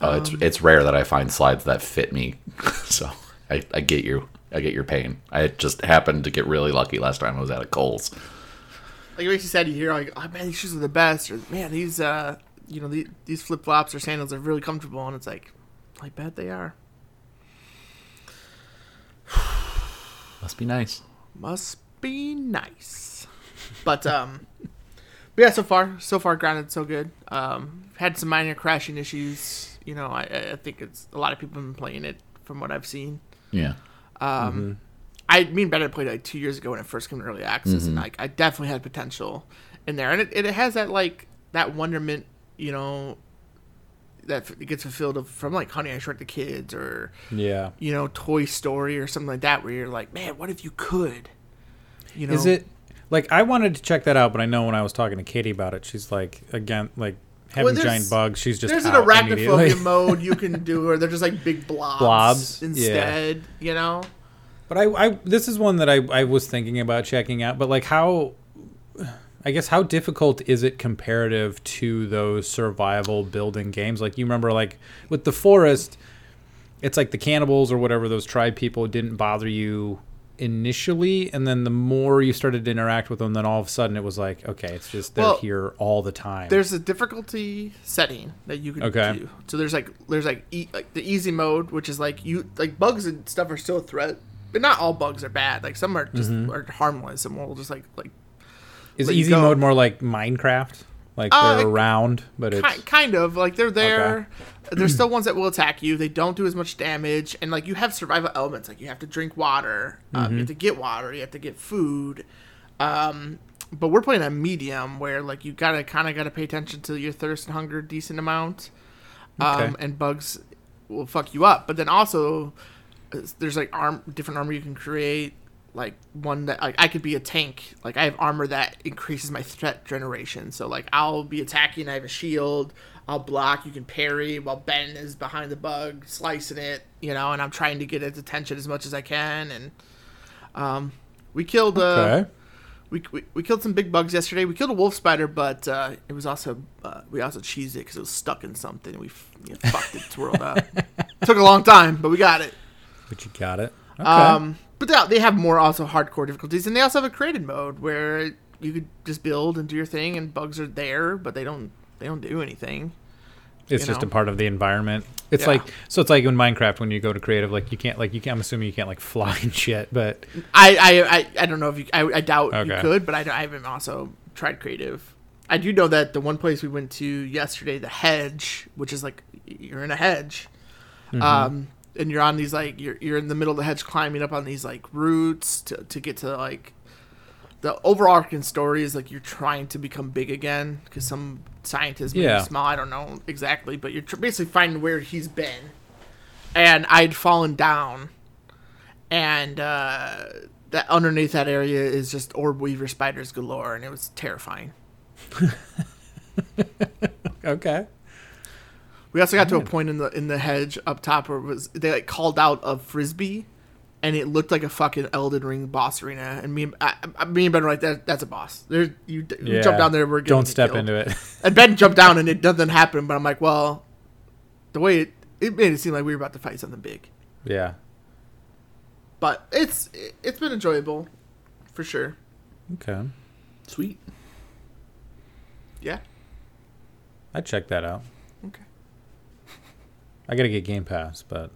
S1: Oh, it's it's rare that I find slides that fit me. so I, I get you. I get your pain. I just happened to get really lucky last time I was at a Kohl's.
S3: Like it makes you sad to hear like, oh man, these shoes are the best, or man, these uh, you know, these, these flip flops or sandals are really comfortable, and it's like, I bet they are.
S1: Must be nice.
S3: Must be nice. But um but yeah, so far, so far grounded so good. Um had some minor crashing issues. You know, I, I I think it's a lot of people have been playing it from what I've seen. Um,
S1: Yeah.
S2: Mm-hmm.
S3: I mean Ben had played it like two years ago when it first came to early access
S2: Mm-hmm.
S3: and like I definitely had potential in there. And it, it has that like that wonderment, you know, that f- gets fulfilled of, from like Honey I Shrunk the Kids or
S2: Yeah.
S3: you know Toy Story or something like that, where you're like, man, what if you could? You know,
S2: Is it like I wanted to check that out, but I know when I was talking to Katie about it, she's like again like having
S3: there's-
S2: giant bugs. She's just
S3: There's an
S2: out immediately.
S3: arachnophobia mode you can do, or they're just like big blobs,
S2: Blobs, yeah.
S3: instead. You know,
S2: But I, I this is one that I, I was thinking about checking out. But like how, I guess how difficult is it comparative to those survival building games? Like you remember like with the forest, it's like the cannibals or whatever those tribe people didn't bother you initially, and then the more you started to interact with them, then all of a sudden it was like okay, it's just they're
S3: Well,
S2: here all the time.
S3: there's a difficulty setting that you can
S2: Okay.
S3: do. So there's like there's like, e- like the easy mode, which is like you like bugs and stuff are still a threat, but not all bugs are bad. Like some are just
S2: Mm-hmm.
S3: are harmless, and will just like like
S2: is
S3: let you
S2: easy
S3: go.
S2: mode more like Minecraft? Like
S3: Uh,
S2: they're around, but it's
S3: Ki- kind of like they're there. There's still ones that will attack you. They don't do as much damage, and like you have survival elements. Like you have to drink water. Um, You have to get water. You have to get food. Um, but we're playing a medium where like you gotta kind of gotta pay attention to your thirst and hunger a decent amount, um,
S2: Okay.
S3: and bugs will fuck you up. But then also uh, there's like arm different armor you can create. Like one that like I could be a tank. Like I have armor that increases my threat generation. So like I'll be attacking. I have a shield. I'll block. You can parry while Ben is behind the bug slicing it. You know, and I'm trying to get its attention as much as I can. And um, we killed. Uh,
S2: okay.
S3: we, we, we killed some big bugs yesterday. We killed a wolf spider, but uh, it was also uh, we also cheesed it because it was stuck in something. And we f- you know, fucked its world up. Took a long time, but we got it.
S2: But you got it. Okay.
S3: Um, but they, they have more also hardcore difficulties, and they also have a created mode where you could just build and do your thing, and bugs are there, but they don't they don't do anything.
S2: it's
S3: you
S2: just a
S3: know?
S2: part of the environment. It's
S3: Yeah.
S2: like so. It's like in Minecraft when you go to creative, like you can't, like you can't. I'm assuming you can't like fly and shit, but
S3: I I, I, I don't know if you I, I doubt you
S2: Okay.
S3: could, but I, I haven't also tried creative. I do know that the one place we went to yesterday, the hedge, which is like you're in a hedge, um, and you're on these like you're you're in the middle of the hedge climbing up on these like roots to to get to like the overarching story is like you're trying to become big again because some scientist made
S2: Yeah.
S3: yeah. small. I don't know exactly, but you're tr- basically finding where he's been. And I'd fallen down, and uh, that underneath that area is just orb weaver spiders galore, and it was terrifying.
S2: Okay.
S3: We also got to a point in the in the hedge up top where it was they like called out a frisbee, and it looked like a fucking Elden Ring boss arena. And me, and I, I, me and Ben were like, "That that's a boss. There, you, d you jump down there. We're getting
S2: don't step
S3: killed."
S2: into it.
S3: And Ben jumped down, and it nothing happened. But I'm like, well, the way it it made it seem like we were about to fight something big.
S2: yeah.
S3: But it's it, it's been enjoyable, for sure.
S2: Okay.
S1: Sweet.
S3: Yeah.
S2: I checked that out.
S3: Okay.
S2: I gotta get Game Pass, but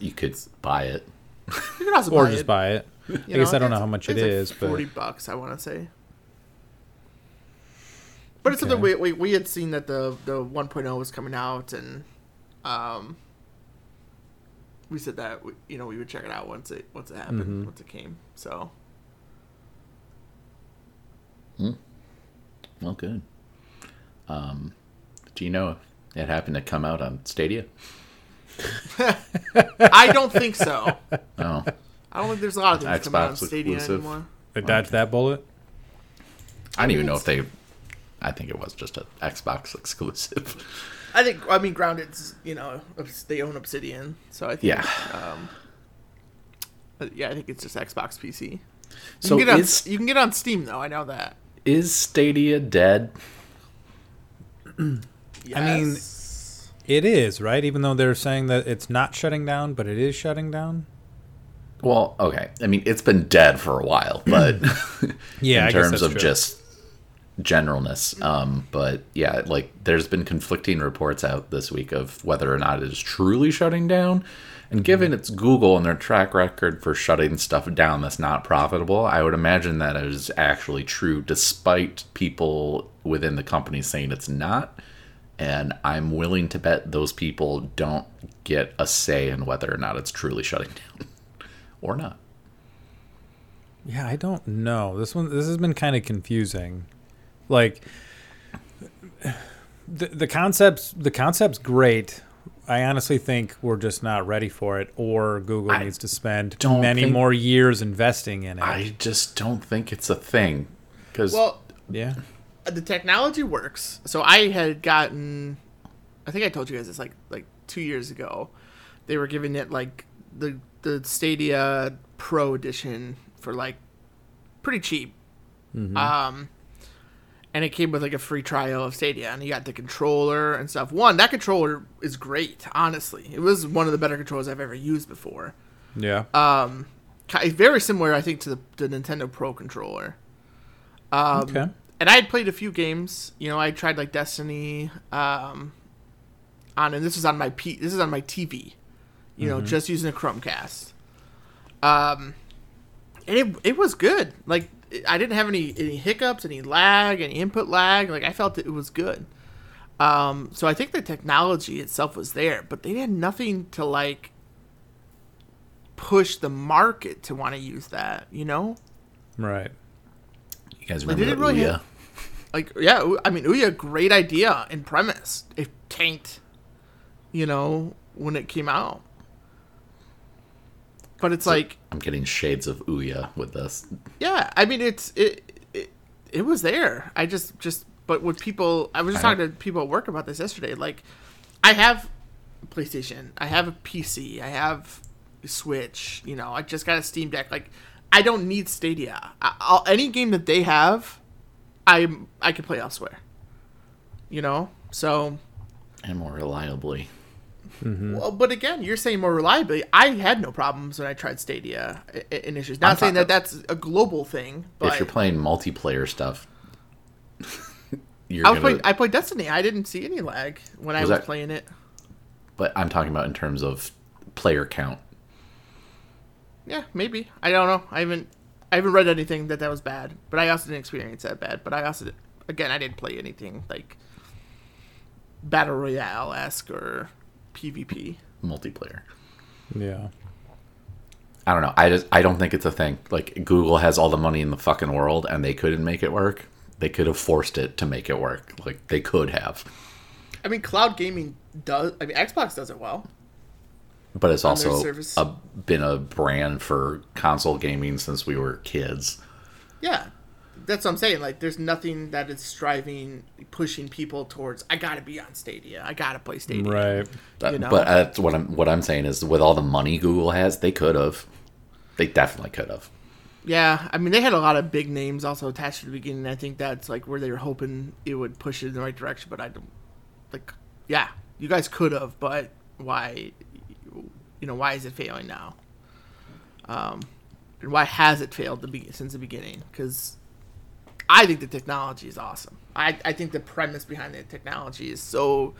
S1: You could buy it.
S3: You can also
S2: or
S3: buy
S2: just
S3: it.
S2: buy it.
S3: you
S2: I guess I don't know
S3: it's-
S2: how much it is,
S3: it's Like
S2: but-
S3: Forty bucks, I want to say. But it's
S2: Okay.
S3: something we, we we had seen that the the 1.0 was coming out, and um, we said that we, you know we would check it out once it once it happened,
S2: Mhm.
S3: once it came. So
S1: Well, good. Um, do you know if it happened to come out on Stadia?
S3: I don't think so.
S1: Oh,
S3: I don't think there's a lot of things coming out on
S1: Xbox
S3: Stadia
S1: exclusive.
S3: anymore.
S2: They dodged that bullet.
S1: I don't even
S3: mean,
S1: know if they. I think it was just an Xbox exclusive.
S3: I think I mean Grounded's you know obs- they own Obsidian, so I think
S1: Yeah.
S3: um, uh, yeah I think it's just Xbox PC. You
S1: So
S3: can get on,
S1: is-
S3: you can get on Steam though. I know that.
S1: Is Stadia dead?
S2: I mean-
S3: Yes.
S2: It is right, even though they're saying that it's not shutting down, but it is shutting down.
S1: Well, okay. I mean, it's been dead for a while, but
S2: Yeah,
S1: in
S2: I guess
S1: terms
S2: that's
S1: of
S2: true.
S1: just generalness. Um, but yeah, like there's been conflicting reports out this week of whether or not it is truly shutting down.
S2: Mm-hmm.
S1: And given it's Google and their track record for shutting stuff down that's not profitable, I would imagine that is actually true, despite people within the company saying it's not. And I'm willing to bet those people don't get a say in whether or not it's truly shutting down or not.
S2: Yeah, I don't know. This one this has been kind of confusing. Like the the concepts the concept's great. I honestly think we're just not ready for it or Google
S1: I
S2: needs to spend
S1: don't
S2: many
S1: think-
S2: more years investing in it.
S1: I just don't think it's a thing. Because
S3: Well,
S2: yeah.
S3: the technology works. So I had gotten, I think I told you guys this like like two years ago. They were giving it like the the Stadia Pro edition for like pretty cheap. Um, and it came with like a free trial of Stadia, and you got the controller and stuff. One, that controller is great. Honestly, it was one of the better controllers I've ever used before.
S2: Yeah.
S1: Um,
S3: Ki- Very similar, I think, to the, the Nintendo Pro controller.
S2: okay.
S3: and I had played a few games. You know, I tried like Destiny, um, on and this is on my P. This is on my TV. You know, just using a Chromecast. Um, and it it was good. Like it- I didn't have any any hiccups, any lag, any input lag. Like I felt it was good. Um, so I think the technology itself was there, but they had nothing to like push the market to want to use that. You know,
S2: Right.
S1: you guys remember
S3: Like, did it
S1: that
S3: really
S1: Ouya?
S3: hit- like yeah U- i mean Ouya, great idea and premise it tanked you know when it came out but it's like
S1: I'm getting shades of Ouya with this.
S3: yeah i mean it's it, it it was there i just just but what people i was just
S1: I-
S3: talking to people at work about this yesterday like i have playstation i have a pc i have a switch you know i just got a steam deck like i don't need stadia I, I'll, any game that they have i'm i can play elsewhere you know so
S1: And more reliably. Hmm.
S3: well, but again, you're saying more reliably. I had no problems when I tried Stadia i- i- in issues. Not
S1: I'm
S3: saying
S1: talking-
S3: that that's a global thing, but
S1: if you're playing multiplayer stuff, you're
S3: I
S1: gonna.
S3: was playing, I played Destiny. I didn't see any lag when I
S1: Was
S3: was
S1: that-
S3: playing it.
S1: but I'm talking about in terms of player count.
S3: Yeah, maybe. I don't know. I haven't. I haven't read anything that that was bad, but I also didn't experience that bad. But I also, did, again, I didn't play anything like battle royale esque or PvP.
S1: Multiplayer.
S2: Yeah.
S1: I don't know. I just I don't think it's a thing. Like Google has all the money in the fucking world, and they couldn't make it work. They could have forced it to make it work. Like they could have,
S3: I mean, cloud gaming does. I mean, Xbox does it well.
S1: but it's
S3: their
S1: also
S3: service.
S1: a, been a brand for console gaming since we were kids.
S3: Yeah, that's what I'm saying. Like, there's nothing that is striving, pushing people towards. I gotta be on Stadia. I gotta play Stadia.
S2: Right.
S1: That-
S3: You know?
S1: But that's what I'm what I'm saying is with all the money Google has, they could have. They definitely could have.
S3: Yeah, I mean, they had a lot of big names also attached to the beginning. I think that's like where they were hoping it would push it in the right direction. But I don't like. Yeah, you guys could have, but why? You know, why is it failing now? Um, and why has it failed the be- since the beginning? Because I think the technology is awesome. I I think the premise behind the technology is so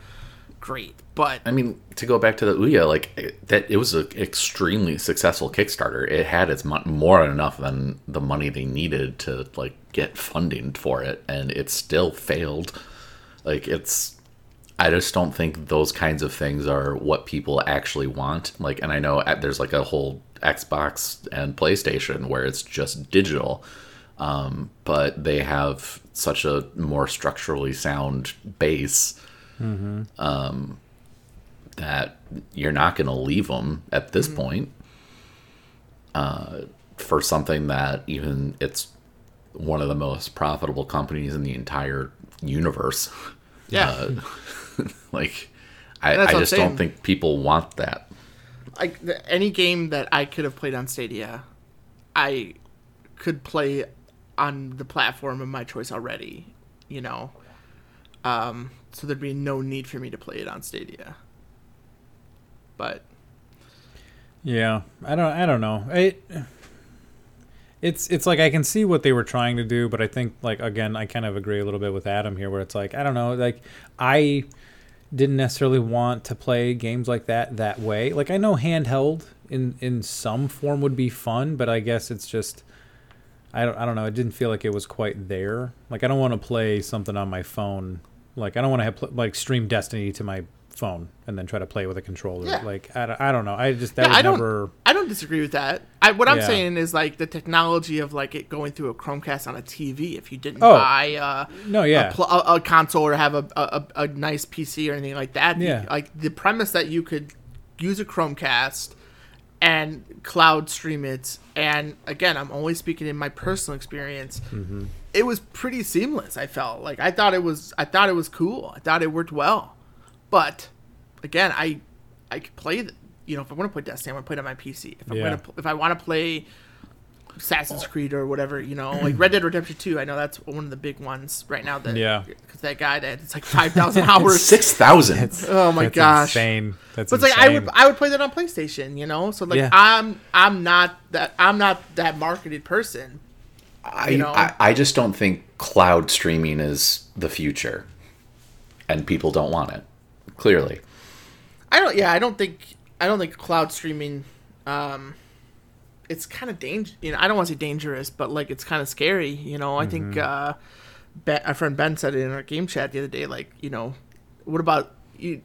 S3: great, but
S1: I mean, to go back to the Ouya, like it- that, it was an extremely successful Kickstarter. It had its mon- more than enough than the money they needed to like get funding for it, and it still failed. Like it's, I just don't think those kinds of things are what people actually want. Like, and I know uh, there's like a whole Xbox and PlayStation where it's just digital, um, but they have such a more structurally sound base that you're not going to leave them at
S3: Mm-hmm.
S1: this point uh, for something that even it's one of the most profitable companies in the entire universe.
S3: yeah.
S1: Like, I,
S3: That's
S1: I
S3: what I'm
S1: just don't
S3: saying.
S1: think people want that.
S3: like the, any game that I could have played on Stadia, I could play on the platform of my choice already, you know. Um, so there'd be no need for me to play it on Stadia. But
S2: Yeah, I don't. I don't know. It, it's it's like I can see what they were trying to do, but I think like again, I kind of agree a little bit with Adam here, where it's like I don't know. Like I didn't necessarily want to play games like that that way. Like I know handheld in in some form would be fun, but I guess it's just. I don't, I don't know. It didn't feel like it was quite there. Like I don't want to play something on my phone. Like I don't want to have pl- like stream Destiny to my phone and then try to play with a controller.
S3: Yeah.
S2: Like I, don't- I don't know. I just that
S3: Yeah,
S2: was
S3: I don't
S2: never
S3: I don't disagree with that. I what I'm
S2: Yeah.
S3: saying is like the technology of like it going through a Chromecast on a TV. If you didn't
S2: Oh.
S3: buy uh,
S2: No, yeah.
S3: a, pl- a, a console or have a, a, a a nice PC or anything like that.
S2: Yeah.
S3: Like the premise that you could use a Chromecast and cloud stream it. And again, I'm only speaking in my personal experience.
S2: Mm-hmm.
S3: It was pretty seamless. I felt like I thought it was I thought it was cool. I thought it worked well. But again, I I could play. The, you know, if I want to play Destiny, I'm gonna play it on my PC. If I'm
S2: Yeah.
S3: gonna pl- if I want to play Assassin's Creed or whatever, you know, like Red Dead Redemption 2. I know that's one of the big ones right now. That
S2: Yeah.
S3: because that guy that it's like five thousand hours.
S1: Six thousand.
S3: oh my
S2: That's
S3: gosh!
S2: insane. That's
S3: But it's like I would I would play that on PlayStation, you know. So like
S2: Yeah.
S3: I'm I'm not that I'm not that marketed person.
S1: I,
S3: you know?
S1: I I just don't think cloud streaming is the future, and people don't want it. Clearly,
S3: I don't. Yeah, I don't think I don't think cloud streaming. Um, it's kind of dangerous. You know, I don't want to say dangerous, but like it's kind of scary. You know, I think
S1: Mm-hmm.
S3: uh, ben, our friend Ben said it in our game chat the other day. Like, you know, what about you?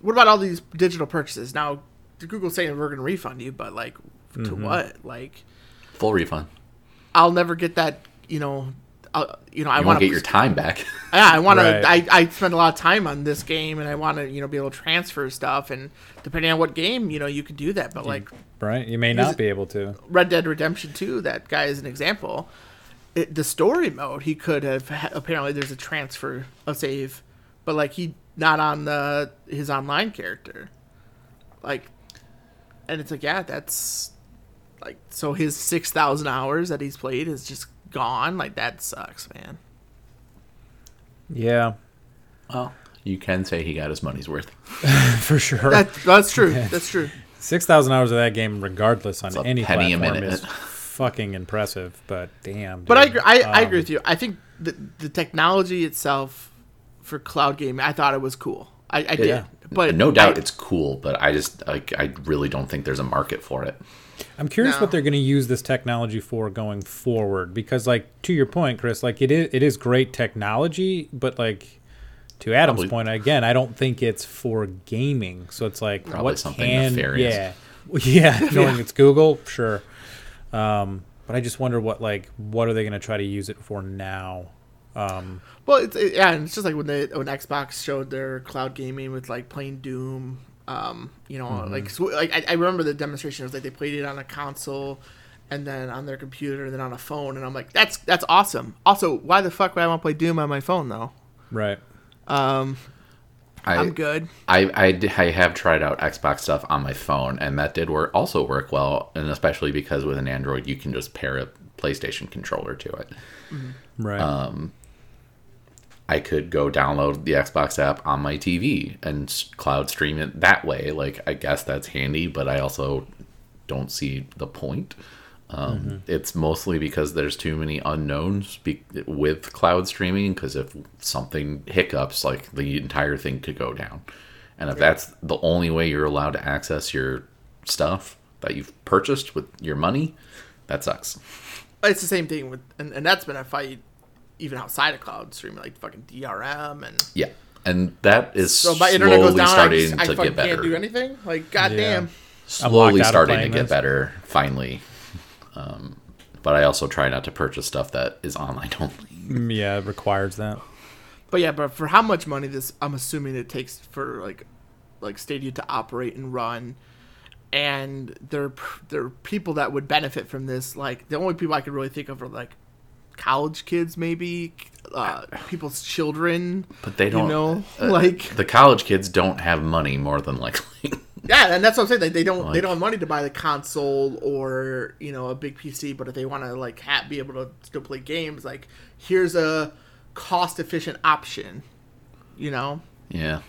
S3: What about all these digital purchases? Now, Google's saying we're going to refund you, but like, to
S1: Mm-hmm.
S3: what? Like,
S1: full refund.
S3: I'll never get that. You know, I'll, you know, I
S1: You won't
S3: want
S1: get your time back.
S3: yeah, I want
S2: Right.
S3: to. I, I spend a lot of time on this game, and I want to, you know, be able to transfer stuff. And depending on what game, you know, you could do that. But like
S2: Right? You may not be able to.
S3: Red Dead Redemption Two, that guy is an example. It, the story mode, he could have ha- apparently there's a transfer a save, but like he not on the his online character, like, and it's like yeah, that's like so his six thousand hours that he's played is just gone. Like that sucks, man.
S2: Yeah,
S1: well, you can say he got his money's worth.
S2: for sure.
S3: That, that's true. That's true.
S2: Six thousand hours of that game, regardless on
S1: a
S2: any
S1: penny a
S2: platform,
S1: minute.
S2: is fucking impressive. But damn.
S3: But I,
S2: dude.
S3: agree- I, I
S2: Um,
S3: agree with you. I think the, the technology itself for cloud gaming, I thought it was cool. I, I did. But
S1: no doubt
S3: I-
S1: it's cool, but I just like I really don't think there's a market for it.
S2: I'm curious
S3: No.
S2: what they're going to use this technology for going forward because like to your point Chris like it is it is great technology but like to Adam's
S1: Probably-
S2: point again I don't think it's for gaming so it's like
S1: Probably
S2: what
S1: something
S2: can
S1: nefarious.
S2: yeah yeah, knowing it's Google, sure. Um, but I just wonder what like what are they going to try to use it for now? Um,
S3: Well, it's it, yeah, and it's just like when they when Xbox showed their cloud gaming with like playing Doom. Um, you know,
S1: Mm-hmm.
S3: like so, like I, I remember the demonstration it was like they played it on a console, and then on their computer, and then on a phone, and I'm like, that's that's awesome. Also, why the fuck would I want to play Doom on my phone though?
S2: right.
S3: Um,
S1: I,
S3: I'm good.
S1: I, I d- I have tried out Xbox stuff on my phone, and that did work also work well, and especially because with an Android, you can just pair a PlayStation controller to it.
S2: Right.
S1: Um, I could go download the Xbox app on my TV and s- cloud stream it that way. Like, I guess that's handy, but I also don't see the point. Um,
S3: Mm-hmm.
S1: It's mostly because there's too many unknowns be- with cloud streaming. Because if something hiccups, like the entire thing could go down. And if that's the only way you're allowed to access your stuff that you've purchased with your money, that sucks.
S3: It's the same thing with, and, and that's been a fight even outside of cloud streaming, like fucking DRM and.
S1: Yeah. And that is
S3: So my
S1: slowly
S3: internet goes down. I,
S1: starting
S3: just, I
S1: to
S3: fucking
S1: get better.
S3: can't do anything. Like, goddamn.
S1: slowly
S2: locked out of
S1: starting to
S2: playing
S1: get
S2: this.
S1: better finally um, but i also try not to purchase stuff that is online only
S2: Mm, yeah, it requires that.
S3: But yeah, but for how much money this? I'm assuming it takes for like, like Stadia to operate and run, and there there are people that would benefit from this. Like the only people I could really think of are like college kids, maybe uh, people's children.
S1: but they
S3: You
S1: don't
S3: know,
S1: uh,
S3: like-
S1: the college kids don't have money more than likely
S3: Yeah, and that's what I'm saying. They, they don't they
S1: Like-
S3: don't have money to buy the console or you know a big PC, but if they want to like ha- be able to still play games, like here's a cost efficient option. You know,
S1: yeah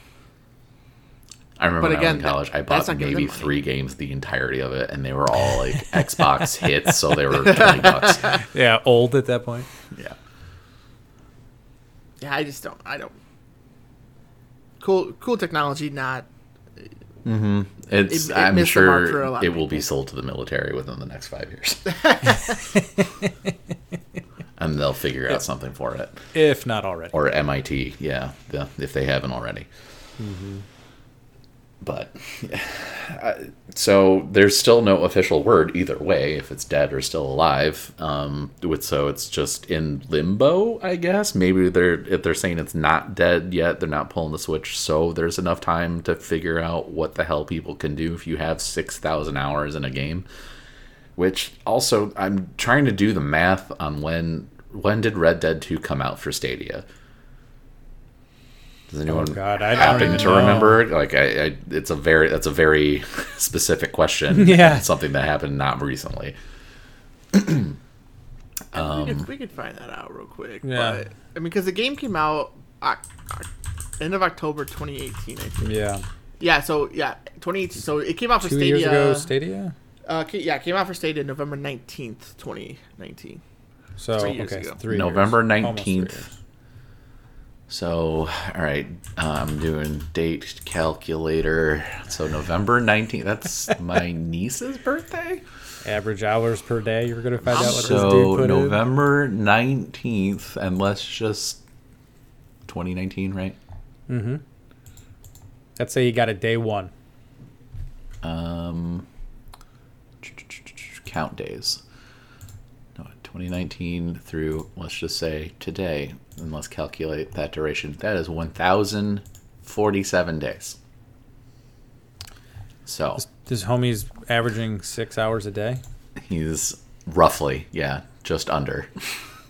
S1: I remember when
S3: But
S1: I
S3: again,
S1: was in college, I
S3: that- that's
S1: bought
S3: not giving
S1: maybe
S3: them money.
S1: three games the entirety of it, and they were all like Xbox hits, so they were 20 bucks.
S2: Yeah, old at that point.
S1: Yeah.
S3: yeah, I just don't. I don't. Cool, cool technology. Not
S1: It's,
S3: It- it
S1: I'm
S3: missed the mark for a
S1: sure
S3: lot
S1: it
S3: of
S1: will be sold to the military within the next five years. and they'll figure out something for it.
S2: If not already.
S1: or MIT, yeah, the, if they haven't already. But I- so there's still no official word either way if it's dead or still alive. Um, with so it's just in limbo, I guess. Maybe they're if they're saying it's not dead yet, they're not pulling the switch. So there's enough time to figure out what the hell people can do if you have six thousand hours in a game which also I'm trying to do the math on when when did Red Dead 2 come out for Stadia? Does anyone
S2: God, I don't
S1: happen
S2: even
S1: to
S2: know.
S1: remember? Like I, I it's a very that's a very specific question.
S2: Yeah.
S1: Something that happened not recently.
S3: we, could, we could find that out real quick.
S2: Um, Yeah.
S3: But, I mean, because the game came out Oc- Oc- end of October 2018, I think.
S2: Yeah.
S3: Yeah, so yeah, 2018. So it came out for
S2: Two
S3: Stadia.
S2: years ago, Stadia.
S3: uh, ca- yeah, it came out for Stadia November 19th, 2019.
S2: So
S3: Three years
S2: okay,
S3: ago.
S2: three.
S1: November
S2: years. Almost three
S1: 19th.
S2: years.
S1: So, all right, I'm doing date calculator. So November 19th, that's my niece's birthday.
S2: Average hours per day. You're gonna find out what this
S1: so
S2: dude put in.
S1: November nineteenth, and let's just twenty nineteen, right?
S2: Let's say you got a day one.
S1: Um, count days. No, twenty nineteen through let's just say today, and let's calculate that duration. That is one thousand forty-seven days. So
S2: This homie's averaging six hours a day.
S1: he's roughly, yeah, just under.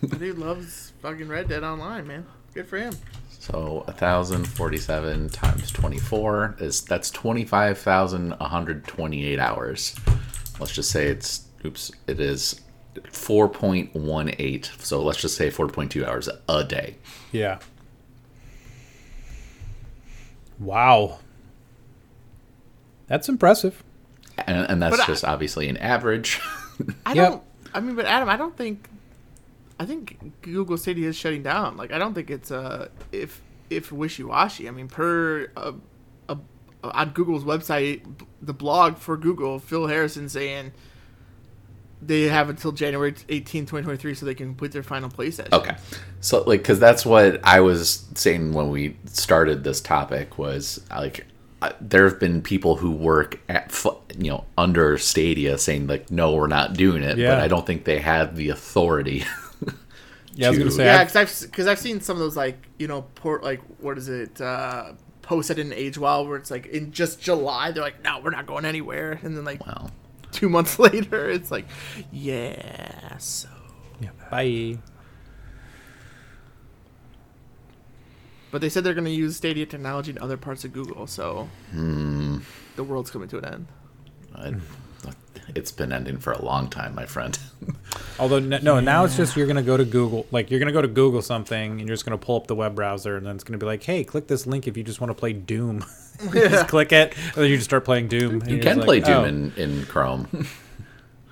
S3: The dude loves fucking Red Dead Online, man. Good for him.
S1: So 1,047 times 24 is that's 25,128 hours. Let's just say it's oops, it is 4.18. So let's just say 4.2 hours a day.
S2: Yeah. Wow. That's impressive.
S1: And, and that's
S3: But I-
S1: just obviously an average.
S3: I
S2: Yep.
S3: don't. I mean, but Adam, I don't think. I think Google Stadia is shutting down. Like, I don't think it's uh if if wishy washy. I mean, per uh, uh, on Google's website, b- the blog for Google, Phil Harrison saying they have until January 18, 2023 so they can complete their final play session.
S1: Okay. So like cuz that's what I was saying when we started this topic was like I- there have been people who work at fu- you know under Stadia saying like, no, we're not doing it.
S2: Yeah.
S1: But I don't think they have the authority.
S2: Yeah, I was gonna
S1: to-
S2: say.
S3: Yeah,
S2: I've-
S3: because I've because I've seen some of those like you know port like what is it uh, posts that didn't age well where it's like in just July they're like no we're not going anywhere and then like
S1: wow.
S3: two months later it's like yeah so
S2: yeah, bye.
S3: but they said they're going to use Stadia technology in other parts of Google so
S1: Hmm.
S3: the world's coming to an end.
S1: I, it's been ending for a long time, my friend.
S2: Although no, no now it's just you're gonna go to Google, like you're gonna go to Google something, and you're just gonna pull up the web browser, and then it's gonna be like, hey, click this link if you just want to play Doom. You just click it, and then you just start playing Doom.
S1: you can play
S2: "Oh,
S1: Doom in, in Chrome.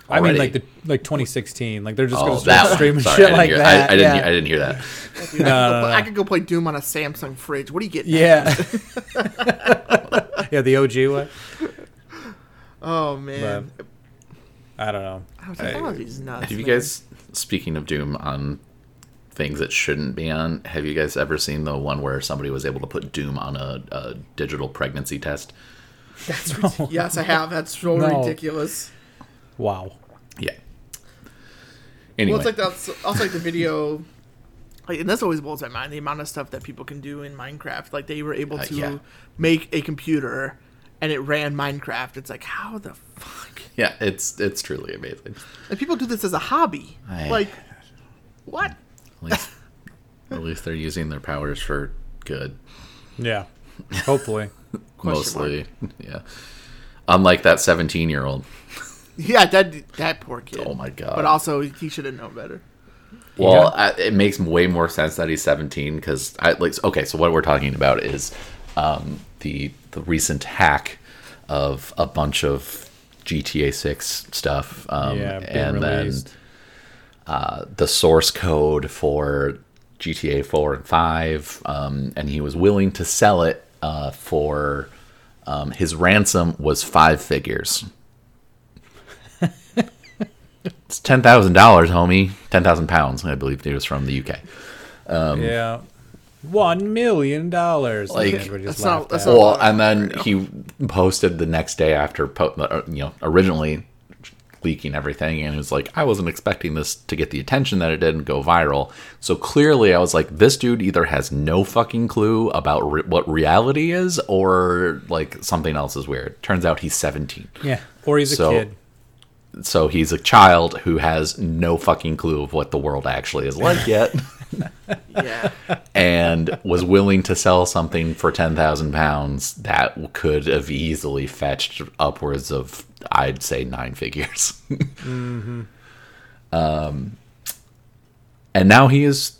S2: I mean, like
S1: already.
S2: the like 2016, like they're just
S1: Oh,
S2: gonna start
S1: that one.
S2: streaming
S1: Sorry, I
S2: shit
S1: didn't
S2: like
S1: hear,
S2: that.
S1: I, I didn't.
S2: yeah.
S1: I didn't hear that. Uh,
S3: Dude, I, could go, Oh, I could go play Doom on a Samsung fridge. What do you get?
S2: Yeah. yeah, the OG one.
S3: Oh man,
S2: I don't know.
S3: Our technology's nuts.
S1: Have you
S3: man.
S1: guys, speaking of Doom on things that shouldn't be on, have you guys ever seen the one where somebody was able to put Doom on a, a digital pregnancy test?
S3: Yes, I have. That's so
S2: No.
S3: ridiculous.
S2: Wow.
S1: Yeah. Anyway,
S3: Well, it's like that's also like the video. Like, and this always blows my mind the amount of stuff that people can do in Minecraft. Like they were able
S1: Uh,
S3: to
S1: yeah.
S3: make a computer, and it ran Minecraft. It's like how the fuck?
S1: yeah, it's it's truly amazing.
S3: And people do this as a hobby.
S1: I-
S3: Like what?
S1: At least, at least they're using their powers for good,
S2: Yeah. Hopefully.
S1: mostly. Yeah. Unlike that 17 year old.
S3: Yeah, that that poor kid.
S1: Oh my god.
S3: But also, he should have known better.
S1: Well, I, it makes way more sense that he's 17 because I like. Okay, so what we're talking about is um, the the recent hack of a bunch of GTA 6 stuff, um,
S2: yeah. being
S1: and
S2: released.
S1: then uh, the source code for GTA 4 and 5, um, and he was willing to sell it uh, for um, his ransom was five figures. it's ten thousand dollars, homie. Ten thousand pounds, I believe. It was from the UK.
S2: yeah. One million dollars.
S1: Um, Like,
S3: that's not- that's not-
S1: Well, and then he posted the next day after, po- uh, you know, originally leaking everything, and it was like, I wasn't expecting this to get the attention that it did and go viral. So clearly, I was like, this dude either has no fucking clue about re- what reality is, or like something else is weird. Turns out he's 17,
S2: yeah. Or he's a
S1: So-
S2: kid.
S1: so he's a child who has no fucking clue of what the world actually is like yet.
S3: Yeah.
S1: and was willing to sell something for 10,000 pounds that could have easily fetched upwards of, I'd say, nine figures. Um, and now he is.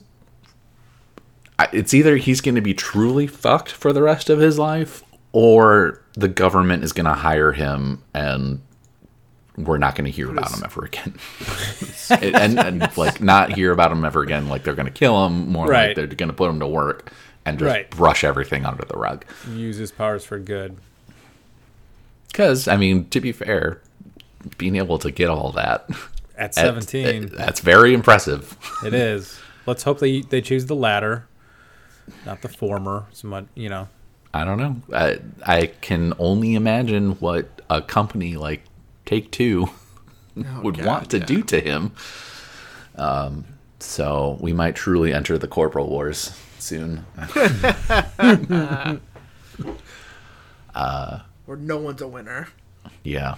S1: I- It's either he's going to be truly fucked for the rest of his life, or the government is going to hire him and we're not going to hear about him ever again. and, and like not hear about him ever again. Like they're going to kill him more.
S2: Right.
S1: Like they're going to put him to work and just
S2: Right.
S1: brush everything under the rug.
S2: Use his powers for good.
S1: Because I mean, to be fair, being able to get all that
S2: At
S1: at- eh,
S2: seventeen.
S1: that's very impressive.
S2: It is. Let's hope they they choose the latter, not the former. So much, you know.
S1: I don't know. I, I can only imagine what a company like Take Two
S2: Oh,
S1: would want to do to him. Um, so we might truly enter the corporal wars soon.
S3: Where no one's a winner.
S1: yeah,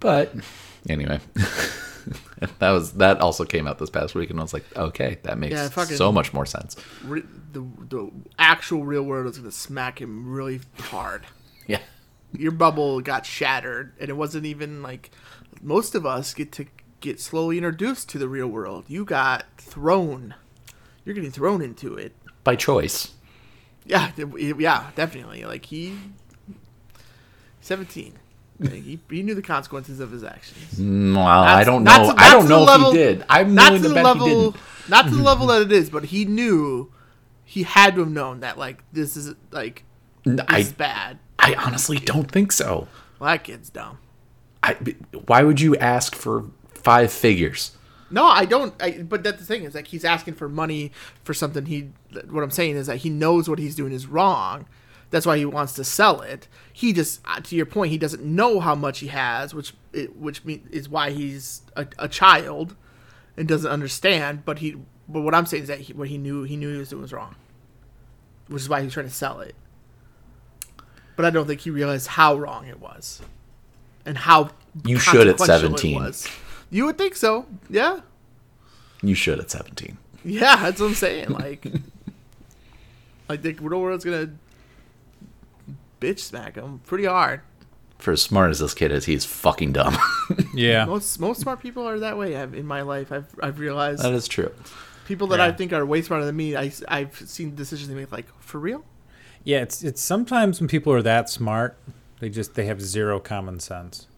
S1: but anyway, that was that also came out this past week, and I was like, okay, that makes
S3: Yeah, fucking-
S1: so much more sense.
S3: Re- the the actual real world is gonna smack him really hard.
S1: Yeah,
S3: your bubble got shattered and it wasn't even like most of us get to get slowly introduced to the real world you got thrown you're getting thrown into it
S1: by choice.
S3: yeah th- yeah definitely like he 17 Like, he, he knew the consequences of his actions
S1: Well, Mm, I
S3: That's-
S1: don't
S3: not
S1: know.
S3: to-
S1: I
S3: not
S1: don't
S3: to
S1: know if
S3: the level-
S1: he did. I'm
S3: not
S1: willing to
S3: to the
S1: bet he
S3: level
S1: didn't.
S3: not to the level that it is but he knew he had to have known that like this is like
S1: N-
S3: this
S1: I
S3: is bad
S1: I honestly don't think so.
S3: well that kid's dumb
S1: I, why would you ask for five figures?
S3: No, I don't. I, but that's the thing is like he's asking for money for something he. What I'm saying is that he knows what he's doing is wrong, That's why he wants to sell it. He just, uh, to your point, he doesn't know how much he has, which it, which mean, is why he's a, a child and doesn't understand. But he, but what I'm saying is that he, what he knew he knew he was doing was wrong, which is why he was trying to sell it. But I don't think he realized how wrong it was, and how
S1: You should at 17.
S3: consequential You would think so, yeah.
S1: You should at 17.
S3: Yeah, that's what I'm saying. Like, like the real world's gonna bitch smack him pretty hard.
S1: For as smart as this kid is, he's fucking dumb.
S2: Yeah.
S3: Most most smart people are that way. I've, in my life, I've I've realized
S1: that is true.
S3: people that I
S2: yeah.
S3: think are way smarter than me. I have seen decisions they make like for real.
S2: Yeah, it's it's sometimes when people are that smart, they just they have zero common sense.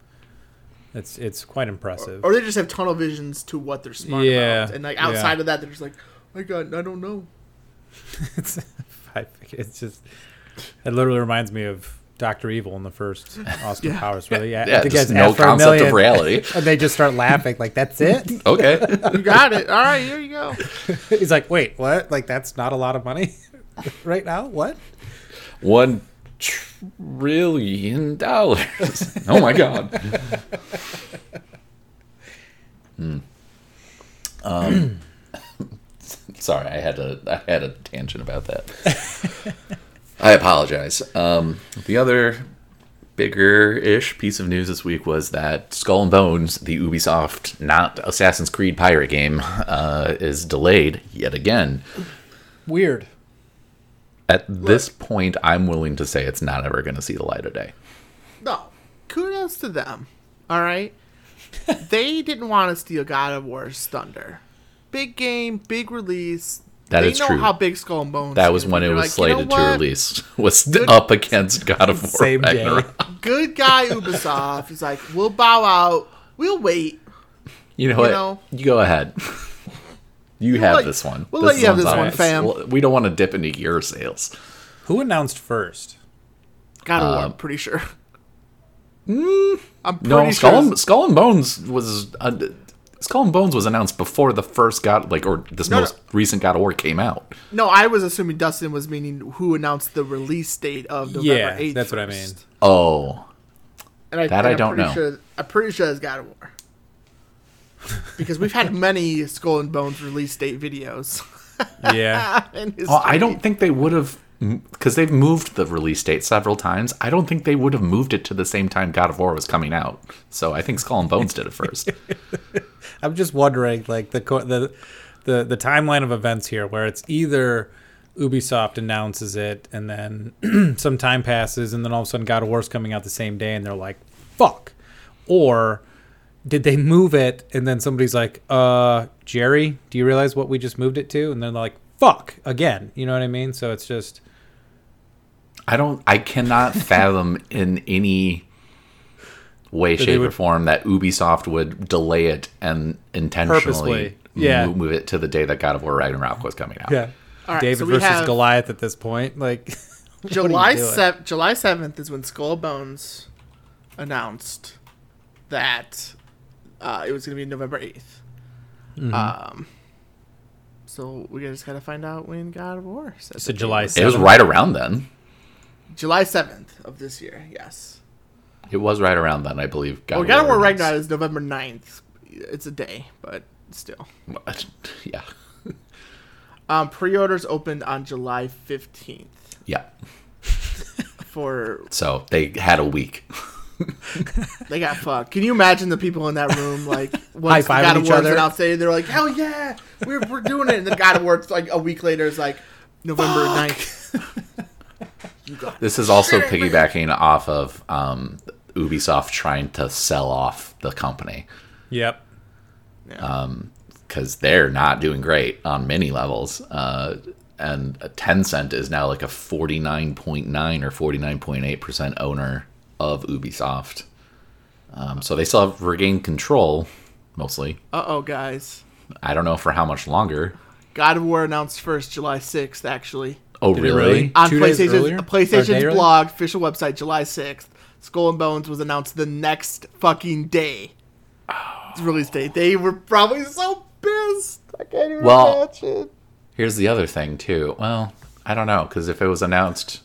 S2: It's it's quite impressive.
S3: Or they just have tunnel visions to what they're smart
S2: Yeah,
S3: about, and like
S2: yeah.
S3: outside of that, they're just like, "Oh my God, I don't know.
S2: it's, I think it's just it literally reminds me of Doctor Evil in the first Austin
S3: Yeah.
S2: Powers, where they,
S1: Yeah,
S2: the
S1: just
S2: guys
S1: no
S2: ask for a
S1: concept of
S2: million,
S1: reality.
S2: and they just start laughing like that's it.
S1: Okay.
S3: You got it. All right, here you go.
S2: He's like, wait, what? Like that's not a lot of money right now. What?
S1: One trillion dollars. Oh my god. hmm. Um, Hmm. Um, sorry, I had a I had a tangent about that. I apologize. Um, the other bigger-ish piece of news this week was that Skull and Bones, the Ubisoft not Assassin's Creed pirate game, uh, is delayed yet again.
S2: Weird.
S1: At this point, I'm willing to say it's not ever going to see the light of day.
S3: No, kudos to them. All right, they didn't want to steal God of War's thunder. Big game, big release.
S1: That
S3: That is
S1: is
S3: they know
S1: true.
S3: How big Skull and Bones?
S1: That
S3: is
S1: was
S3: gonna
S1: when
S3: be.
S1: it
S3: They're
S1: was
S3: like, you know
S1: slated to
S3: what?
S1: release. Was up against God of War.
S2: Same day.
S1: Ragnarok.
S3: Good guy Ubisoft is like, we'll bow out. We'll wait.
S1: You know what? You,
S3: know.
S1: go ahead. You
S3: We'll
S1: have
S3: let-
S1: this one.
S3: we'll let you have
S1: one's
S3: this
S1: on
S3: one,
S1: us.
S3: fam.
S1: Well, We don't want to dip into your sales.
S2: Who announced first?
S3: God of War.
S1: Um, mm,
S3: I'm pretty sure. I'm pretty
S1: No,
S3: sure.
S1: Skull,
S3: it's-
S1: and, Skull and Bones was uh, Skull and Bones was announced before the first God, like, or this
S3: No, no.
S1: most recent God of War came out.
S3: no, I was assuming Dustin was meaning who announced the release date of November
S2: Yeah,
S3: 8th.
S2: that's what I mean.
S3: first.
S1: Oh,
S3: And I,
S1: That
S3: and
S1: I
S3: I'm
S1: don't
S3: pretty
S1: know.
S3: Sure, I'm pretty sure it's God of War. Because we've had many Skull and Bones release date videos.
S2: Yeah.
S3: in
S1: well, Oh, I
S3: history.
S1: don't think they would have because they've moved the release date several times. I don't think they would have moved it to the same time God of War was coming out. So I think Skull and Bones did it first.
S2: I'm just wondering, like the co- the the the timeline of events here, where it's either Ubisoft announces it, and then some time passes, and then all of a sudden God of War's coming out the same day, and they're like, "Fuck," or did they move it, and then somebody's like, "Uh, Jerry, do you realize what we just moved it to?" And they're like, "Fuck" again. You know what I mean? So it's just
S1: I don't. I cannot fathom in any way,
S2: they
S1: shape, or
S2: would-
S1: form that Ubisoft would delay it and intentionally
S2: Purposely, yeah.
S1: mo- move it to the day that God of War Ragnarok was coming out.
S2: yeah.
S3: All right,
S2: David
S3: so we
S2: versus
S3: have-
S2: Goliath at this point, like what are you
S3: July
S2: doing?
S3: sev- July seventh is when Skull and Bones announced that uh, it was going to be November 8th
S1: Mm-hmm.
S3: Um, so we just got to find out when God of War. said
S2: So
S3: the date
S2: July
S3: was.
S1: It was
S2: Seven.
S1: right around then.
S3: July seventh of this year. Yes.
S1: It was right around then, I believe. God
S3: Well, God of War
S1: announced-
S3: Ragnarok is November 9th. It's a day, but still.
S1: Yeah,
S3: Um, pre-orders opened on July fifteenth
S1: yeah.
S3: for
S1: So they had a week.
S3: They got fucked. Can you imagine the people in that room like once
S2: High-fiving
S3: God of
S2: each
S3: War's
S2: other.
S3: announced it, they're like, Hell yeah, we're we're doing it and then God of War like a week later is like November 9th.
S1: This is also piggybacking off of um, Ubisoft trying to sell off the company.
S2: Yep.
S1: because they're not doing great on many levels. Uh, and Tencent is now like a 49.9 or 49.8% owner of Ubisoft. Um, so they still have regained control, mostly.
S3: Uh oh guys.
S1: I don't know for how much longer.
S3: God of War announced first July sixth, actually.
S1: Oh,
S2: it
S1: really?
S2: really?
S3: On
S2: Two days earlier?
S3: PlayStation
S2: Or day
S3: PlayStation's
S2: earlier?
S3: blog, official website, July sixth. Skull and Bones was announced the next fucking day. It's release date. They were probably so pissed. I can't even
S1: Well-
S3: imagine.
S1: Here's the other thing, too. Well, I don't know, because if it was announced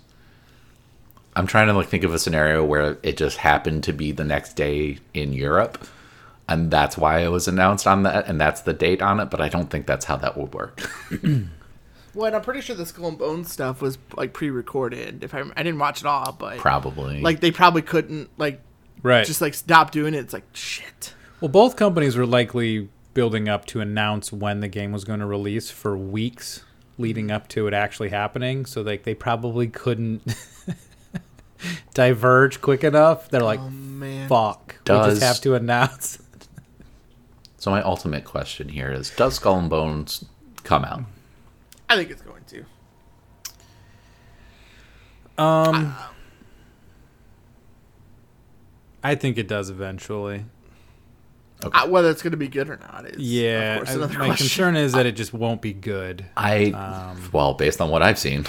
S1: I'm trying to like think of a scenario where it just happened to be the next day in Europe, and that's why it was announced on that, and that's the date on it. But I don't think that's how that would work.
S3: Well, and I'm pretty sure the Skull and Bones stuff was like pre-recorded. If I rem- I didn't watch it all, but
S1: Probably.
S3: like they probably couldn't like
S2: Right.
S3: just like stop doing it. It's like shit.
S2: Well, both companies were likely building up to announce when the game was going to release for weeks leading up to it actually happening. So like they probably couldn't diverge quick enough. They're like,
S3: Oh man.
S2: "Fuck, we
S1: Does-
S2: just have to announce."
S1: so my ultimate question here is: Does Skull and Bones come out?
S3: I think it's going to.
S2: Um,
S3: Ah.
S2: I think it does eventually.
S3: Uh, whether it's going to be good or not is
S2: Yeah,
S3: Of course,
S2: I-
S3: another
S2: my
S3: question.
S2: concern is that it just won't be good.
S1: I well, based on what I've seen,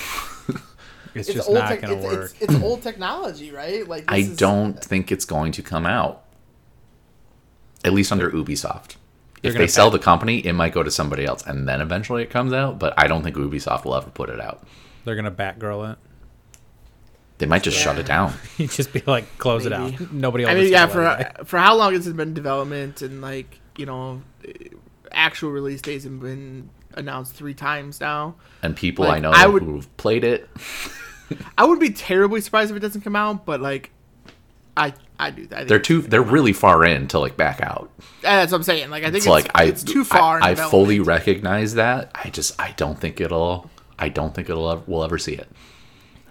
S2: It's,
S3: It's
S2: just
S3: old
S2: not
S3: tech-
S2: going to
S3: it's-
S2: work.
S3: it's- It's, old technology, right? Like
S1: I
S3: this is-
S1: don't think it's going to come out. At least under Ubisoft.
S2: They're
S1: If
S2: gonna
S1: they sell
S2: pack-
S1: the company, it might go to somebody else, and then eventually it comes out. But I don't think Ubisoft will ever put it out.
S2: They're going to Batgirl it.
S1: They might just shut it down.
S2: You just be like, close it
S3: Maybe.
S2: out. Nobody else.
S3: I
S2: is
S3: mean, yeah.
S2: gonna let it out.
S3: For for how long has it been in development and like you know, eh, actual release dates have been announced three times now.
S1: And people I
S3: Like,
S1: know
S3: I would-
S1: who've played it,
S3: I wouldn't be terribly surprised if it doesn't come out, but like, I I do that. I think
S1: they're too. They're really far in to like back out.
S3: That's what I'm saying. Like I think
S1: It's
S3: it's,
S1: like I.
S3: it's too far. in
S1: I, I
S3: development.
S1: fully recognize that. I just. I don't think it'll. I don't think it'll. ev- We'll ever see it.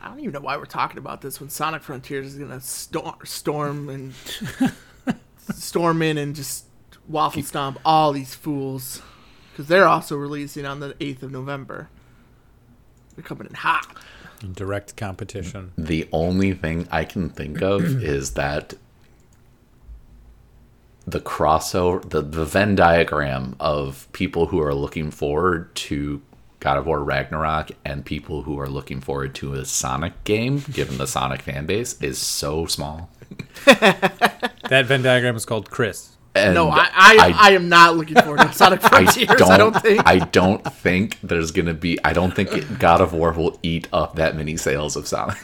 S3: I don't even know why we're talking about this when Sonic Frontiers is gonna storm, storm and storm in and just waffle stomp all these fools because they're also releasing on the eighth of November. They're coming in hot.
S2: direct competition.
S1: The only thing I can think of is that the crossover, the, the Venn diagram of people who are looking forward to God of War Ragnarok and people who are looking forward to a Sonic game, given the Sonic fan base, is so small.
S2: That Venn diagram is called Chris.
S1: And
S3: No, I I, I, am not looking forward to Sonic Frontiers. I don't, think.
S1: I don't think there's gonna be. I don't think it, God of War will eat up that many sales of Sonic.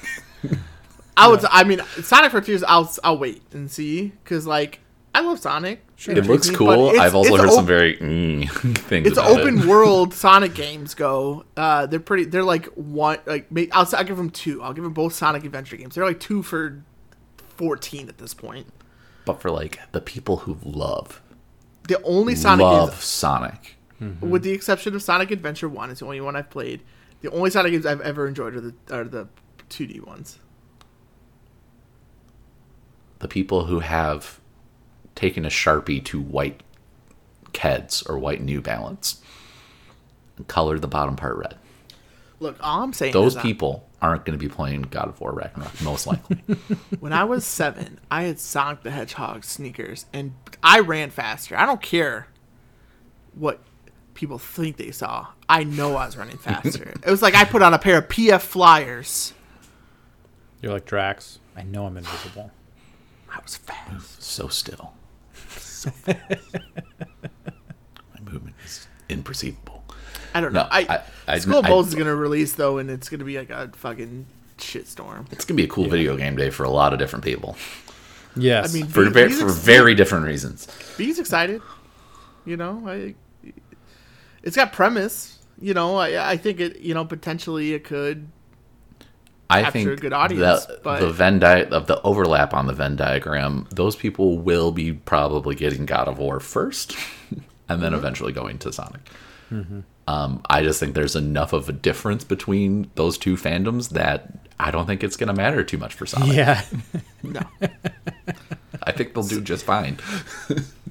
S3: I would. I mean, Sonic Frontiers. I'll I'll wait and see because like I love Sonic. Sure,
S1: It looks cool. I've also heard some very mm, things.
S3: It's
S1: about it.
S3: open world Sonic games go. Uh, they're pretty. They're like one. Like may- I'll, s- I'll give them two. I'll give them both Sonic Adventure games. They're like two for fourteen at this point.
S1: but for like the people who love
S3: The only Sonic
S1: love
S3: games,
S1: Sonic.
S3: with the exception of Sonic Adventure One, is the only one I've played. The only Sonic games I've ever enjoyed are the are the two D ones.
S1: The people who have taken a sharpie to white Keds or white New Balance and colored the bottom part red.
S3: Look, all I'm saying
S1: Those
S3: is I-
S1: people aren't going to be playing God of War Ragnarok most likely.
S3: when I was seven, I had Sonic the Hedgehog sneakers, and I ran faster. I don't care what people think they saw. I know I was running faster. it was like I put on a pair of PF Flyers.
S2: You're like Drax. I know I'm invisible.
S3: I was fast.
S1: so still, so fast. My movement is imperceivable.
S3: I don't
S1: No,
S3: know. I,
S1: I- I-
S3: Skull and
S1: I-
S3: Bones is gonna release though, and it's gonna be like a fucking shitstorm.
S1: It's going to be a cool video game day for a lot of different people
S2: Yes.
S3: I mean,
S1: for,
S3: these-
S1: ve-
S3: these
S1: for
S3: ex-
S1: very different reasons.
S3: B's excited. You know, I. It's got premise. You know, I I think it. You know, potentially it could
S1: I
S3: capture
S1: think
S3: a good audience,
S1: the,
S3: but-
S1: the Venn di- of the overlap on the Venn diagram, those people will be probably getting God of War first, and
S3: Mm-hmm.
S1: then eventually going to Sonic. Um, I just think there's enough of a difference between those two fandoms that I don't think it's going to matter too much for Sonic.
S2: yeah.
S3: no.
S1: I think they'll do just fine.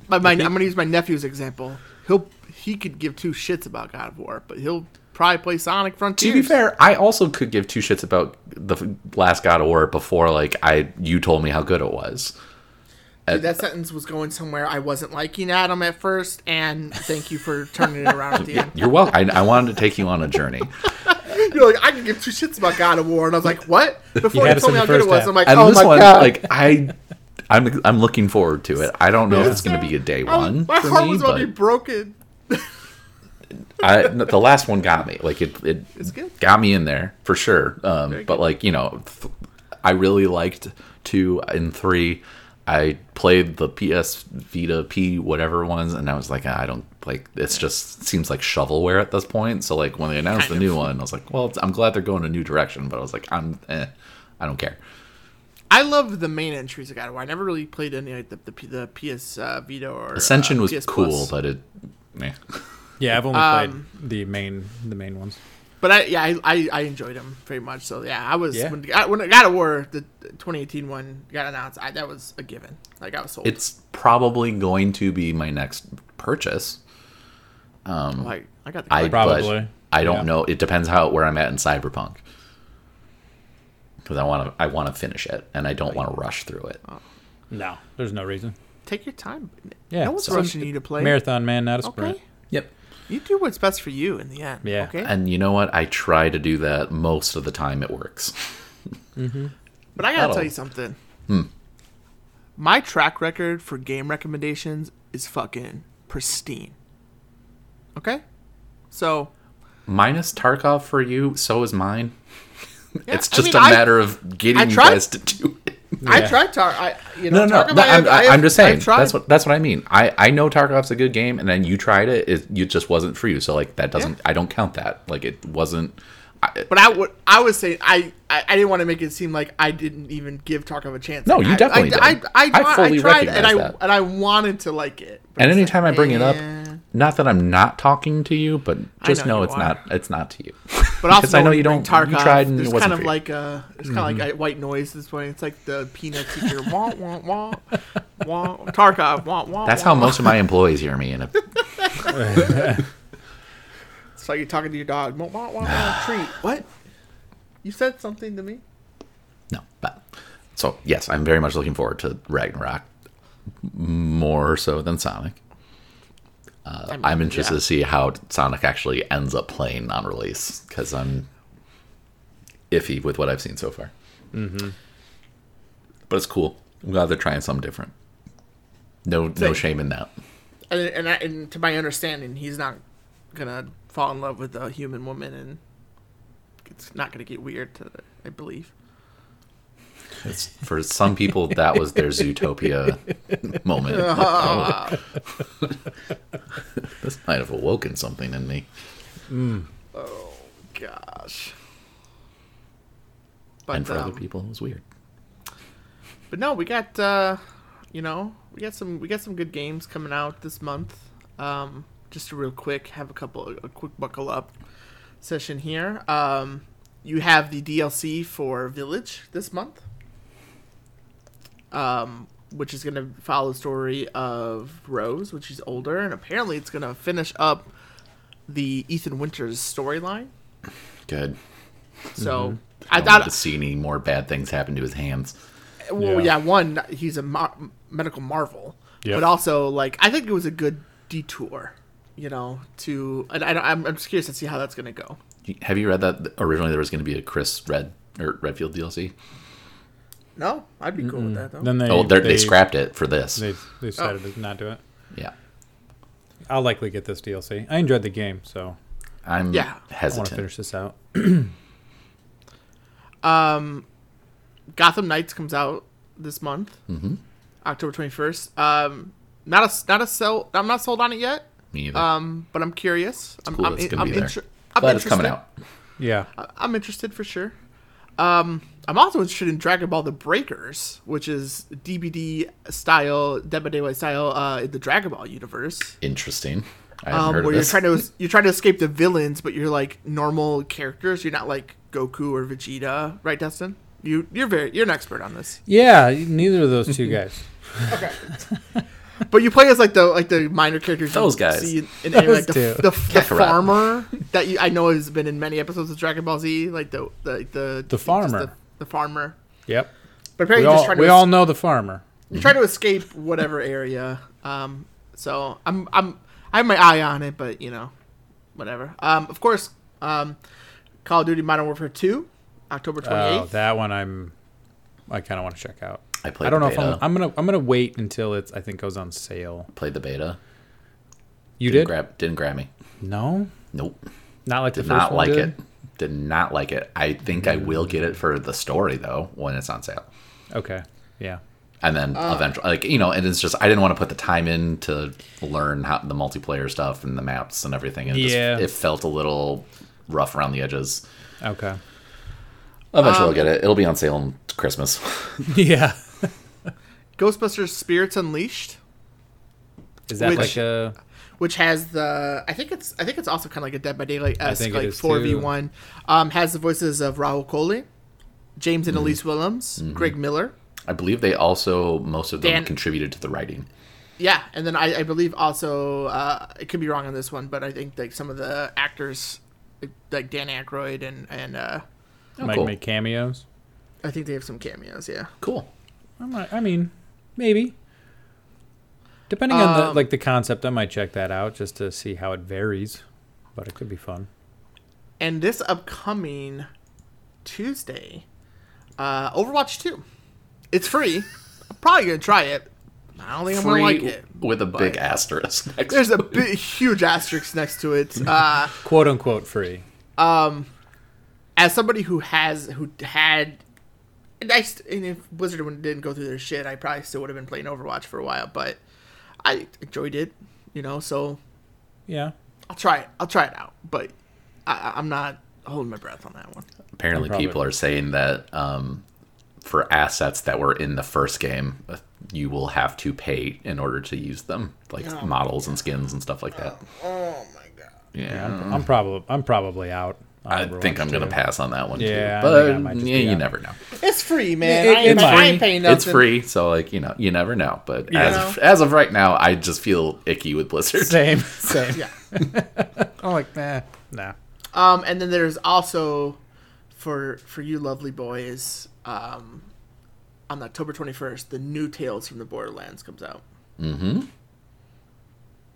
S3: My, my, I'm going to use my nephew's example. He'll he could give two shits about God of War, but he'll probably play Sonic
S1: to
S3: Frontiers.
S1: be fair, I also could give two shits about the f- last God of War before, like I you told me how good it was.
S3: Dude, that sentence was going somewhere I wasn't liking Adam at first, and thank you for turning it around at the end.
S1: You're welcome. I, I wanted to take you on a journey.
S3: You're like, I can give two shits about God of War, and I was like, what? Before
S2: had
S3: you
S2: us
S3: told
S2: in the
S3: me how good it
S2: first
S3: was,
S2: half.
S3: I'm like,
S1: and
S3: oh
S1: this
S3: my
S1: one,
S3: god.
S1: like I, I'm I'm looking forward to it. I don't know if it's going to be a day
S3: I was-
S1: one
S3: my
S1: for
S3: heart
S1: me,
S3: was about to be
S1: but
S3: broken.
S1: I, no, the last one got me. Like it, it
S3: It's good.
S1: got me in there for sure. Um,
S3: good.
S1: but like you know, th- I really liked two and three. I played the PS Vita P whatever ones, and I was like, "Ah, I don't like. It's just seems like shovelware at this point. So like when they announced
S3: Kind
S1: the new
S3: of.
S1: one, I was like, well, it's, I'm glad they're going a new direction, but I was like, I'm, eh, I don't care.
S3: Uh, I love the main entries of God of War. I never really played any like the the, P- the PS uh, Vita or
S1: Ascension
S3: uh,
S1: was
S3: PS
S1: cool,
S3: Plus.
S1: but it, meh.
S2: Yeah, I've only
S3: Um,
S2: played the main the main ones.
S3: But I yeah I, I, I enjoyed them very much. So yeah, I was
S2: Yeah.
S3: when when God of War the 2018 one got announced, I, that was a given. Like I was sold.
S1: it's probably going to be my next purchase.
S3: like I got the
S1: I
S3: collection.
S2: Probably.
S1: But I don't
S2: Yeah.
S1: know. It depends how where I'm at in Cyberpunk. Because I want to, I want to finish it, and I don't want to rush through it.
S2: No, there's no reason.
S3: take your time.
S2: Yeah,
S3: no one's
S2: so-
S3: rushing you to play.
S2: Marathon man, not a sprint.
S3: okay,
S1: Yep.
S3: you do what's best for you in the end.
S2: Yeah.
S3: okay.
S1: And you know what? I try to do that most of the time. It works.
S3: But I
S1: That'll-
S3: gotta
S1: Hmm.
S3: tell you something. My track record for game recommendations is fucking pristine. Okay? So
S1: Minus Tarkov for you, so is mine. it's
S3: I
S1: just
S3: mean,
S1: a
S3: I-
S1: matter of getting
S3: I
S1: you
S3: tried-
S1: guys to do it.
S3: I
S2: Yeah.
S3: tried Tar I you
S1: No,
S3: know,
S1: no,
S3: Tarkov,
S1: no.
S3: I
S1: I'm,
S3: have- I
S1: I,
S3: have-
S1: I'm just
S3: I've
S1: saying.
S3: tried.
S1: That's what that's what I mean. I, I know Tarkov's a good game, and then you tried it. It, it just wasn't for you. So like that doesn't. I don't count that. Like it wasn't. I,
S3: but I would I was saying I, I, I didn't want to make it seem like I didn't even give Tarkov a chance.
S1: No,
S3: Like,
S1: you
S3: I-
S1: definitely
S3: I,
S1: did.
S3: I, I,
S1: I
S3: tried,
S1: fully
S3: I tried and
S1: recognize
S3: I
S1: that.
S3: and I wanted to like it. but
S1: and
S3: it's
S1: anytime
S3: like,
S1: I bring it up,
S3: eh.
S1: not that I'm not talking to you, but just
S3: know
S1: know,
S3: you
S1: it's
S3: are. Oh,
S1: not. It's not to you.
S3: But also,
S1: because I know
S3: when
S1: you
S3: bring
S1: don't. you tried and it
S3: there's
S1: wasn't Mm-hmm. for
S3: kind of
S1: you.
S3: like a, it's kind of like a white noise this way. It's like the peanut teacher, wah wah wah, wah Tarkov, wah wah.
S1: That's
S3: wah,
S1: how
S3: wah.
S1: most of my employees hear me. And if-
S3: It's like you're talking to your dog, wah wah wah, wah treat. What? You said something to me.
S1: no, but so yes, I'm very much looking forward to Ragnarok more so than Sonic. Uh,
S3: I mean,
S1: I'm interested
S3: yeah.
S1: to see how Sonic actually ends up playing on release because I'm iffy with what I've seen so far. Mm-hmm. But it's cool. I'm glad they're trying something different. No, no
S3: Same.
S1: shame in that.
S3: And and, I, and to my understanding, he's not gonna fall in love with a human woman, and it's not gonna get weird. To I believe.
S1: It's, for some people, that was their Zootopia moment. Like, oh. this might have awoken something in me.
S3: Gosh. But,
S1: and for other
S3: um,
S1: people, it was weird.
S3: But no, we got uh you know, we got some we got some good games coming out this month. Um just real quick, have a couple a quick buckle up session here. Um you have the DLC for Village this month. Um which is going to follow the story of Rose, which she's older and apparently it's going to finish up the Ethan Winters storyline.
S1: Good.
S3: So
S1: I
S3: I
S1: don't want
S3: thought
S1: to see any more bad things happen to his hands.
S3: Well,
S2: Yeah.
S3: yeah, one, he's a mar- medical marvel,
S2: Yep.
S3: but also like I think it was a good detour, you know, to and I, don't- I'm I'm just curious to see how that's gonna go.
S1: Have you read that originally there was going to be a Chris Red or Redfield DLC?
S3: No, Oh. I'd be cool with that though.
S2: Then they
S1: oh, they're- they, they scrapped it for this.
S2: They they decided to not do it.
S1: yeah,
S2: I'll likely get this DLC. I enjoyed the game, so
S1: I'm
S3: Yeah.
S2: I want to
S1: hesitant.
S2: finish this out.
S3: Gotham Knights comes out this month, mm-hmm. October 21st. Um, not a s- not a sell. I'm not sold on it yet.
S1: Me either.
S3: Um, but I'm curious. I'm
S1: cool
S3: I'm,
S1: it's
S3: in-
S1: gonna
S3: I'm
S1: be there.
S3: inter- I'm
S1: Glad it's coming
S3: interested.
S1: out.
S2: Yeah,
S3: I'm interested for sure. Um, I'm also interested in Dragon Ball The Breakers, which is DBD style, Debadewa style, uh, in the Dragon Ball universe,
S1: Interesting. I haven't
S3: um,
S1: heard
S3: where
S1: of
S3: you're
S1: this.
S3: trying to you're trying to escape the villains, but you're like normal characters. You're not like Goku or Vegeta, right, Dustin? You you're very you're an expert on this,
S2: yeah. Neither of those two guys.
S3: but you play as like the like the minor characters. you
S1: Those guys.
S3: see in, in anime,
S2: Those
S3: like the,
S2: two.
S3: the, the
S1: Kakarot.
S3: farmer that you, I know has been in many episodes of Dragon Ball Z, like the the the, just
S2: farmer.
S3: the, the farmer.
S2: Yep.
S3: But apparently,
S2: We
S3: you're just
S2: all,
S3: trying
S2: we
S3: to
S2: all know the farmer.
S3: you try to escape whatever area. Um, so I'm I'm I have my eye on it, but you know, whatever. Um, of course, um, Call of Duty Modern Warfare Two, October twenty
S2: Oh,
S3: eighth.
S2: that one I'm. I kind of want to check out.
S1: I played
S2: I don't
S1: the
S2: know if I'm,
S1: beta.
S2: I'm gonna. I'm gonna wait until it's. I think goes on sale.
S1: Played the beta.
S2: You
S1: Didn't
S2: did?
S1: grab. Didn't grab me.
S2: No,
S1: Nope.
S2: not like the
S1: Did
S2: first
S1: not
S2: one
S1: like
S2: did?
S1: it. Did not like it. I think I will get it for the story though when it's on sale,
S2: Okay. Yeah.
S1: and then
S3: Oh.
S1: eventually, like you know, and it's just I didn't want to put the time in to learn how the multiplayer stuff and the maps and everything. And it
S2: Yeah.
S1: just, it felt a little rough around the edges.
S2: Okay.
S1: Eventually,
S3: Um,
S1: I'll get it. It'll be on sale on Christmas.
S2: yeah.
S3: Ghostbusters Spirits Unleashed,
S2: Is that
S3: Which-
S2: like uh, a
S3: which has the I think it's I think it's also kind of like a Dead by Daylight esque
S2: think it
S3: like
S2: is too.
S3: four v one. Um, has the voices of Raul Coley, James
S2: Mm.
S3: and Elise Willems,
S2: Mm-hmm.
S3: Greg Miller.
S1: I believe they also most of them
S3: Dan-
S1: contributed to the writing.
S3: Yeah, and then I, I believe also uh, I could be wrong on this one, but I think like some of the actors, like, like Dan Aykroyd and and uh,
S2: like
S1: Oh, cool.
S2: make cameos?
S3: I think they have some cameos. Yeah,
S1: Cool.
S2: I might, I mean, maybe. Depending on the
S3: Um,
S2: like the concept, I might check that out just to see how it varies. But it could be fun.
S3: and this upcoming Tuesday, uh, Overwatch Two, it's free. I'm probably gonna try it. I don't think I'm gonna
S1: Free
S3: like it.
S1: with a big asterisk. Next
S3: There's a
S1: to it.
S3: big, huge asterisk next to it. Uh,
S2: Quote unquote free.
S3: as somebody who has who had and I st- and if Blizzard wouldn't- didn't go through their shit, I probably still would have been playing Overwatch for a while, but I enjoyed it, you know. So
S2: Yeah.
S3: I'll try it. I'll try it out, but I, I- I'm not holding my breath on that one.
S1: apparently
S2: No problem.
S1: people are saying that um, for assets that were in the first game uh, you will have to pay in order to use them like models and skins and stuff like that
S3: Oh my god!
S1: yeah,
S2: I'm, I'm probably I'm probably out. on
S1: Mm. i
S2: Overwatch
S1: think i'm gonna
S2: too.
S1: pass on that one
S2: Yeah, I
S1: too
S2: think I
S1: but
S2: might just
S1: yeah,
S2: be
S1: you
S2: out.
S1: never know
S3: It's free, man.
S2: It-
S3: I, ain't,
S2: it's
S3: I
S2: free.
S3: ain't paying nothing.
S1: it's free so like you know you never know but as,
S3: Yeah.
S1: of, as of right now i just feel icky with blizzard
S2: Same. Same.
S3: Yeah.
S2: I'm like, nah, nah.
S3: Um, and then there's also for for you lovely boys. Um, on October 21st, the new Tales from the Borderlands comes out.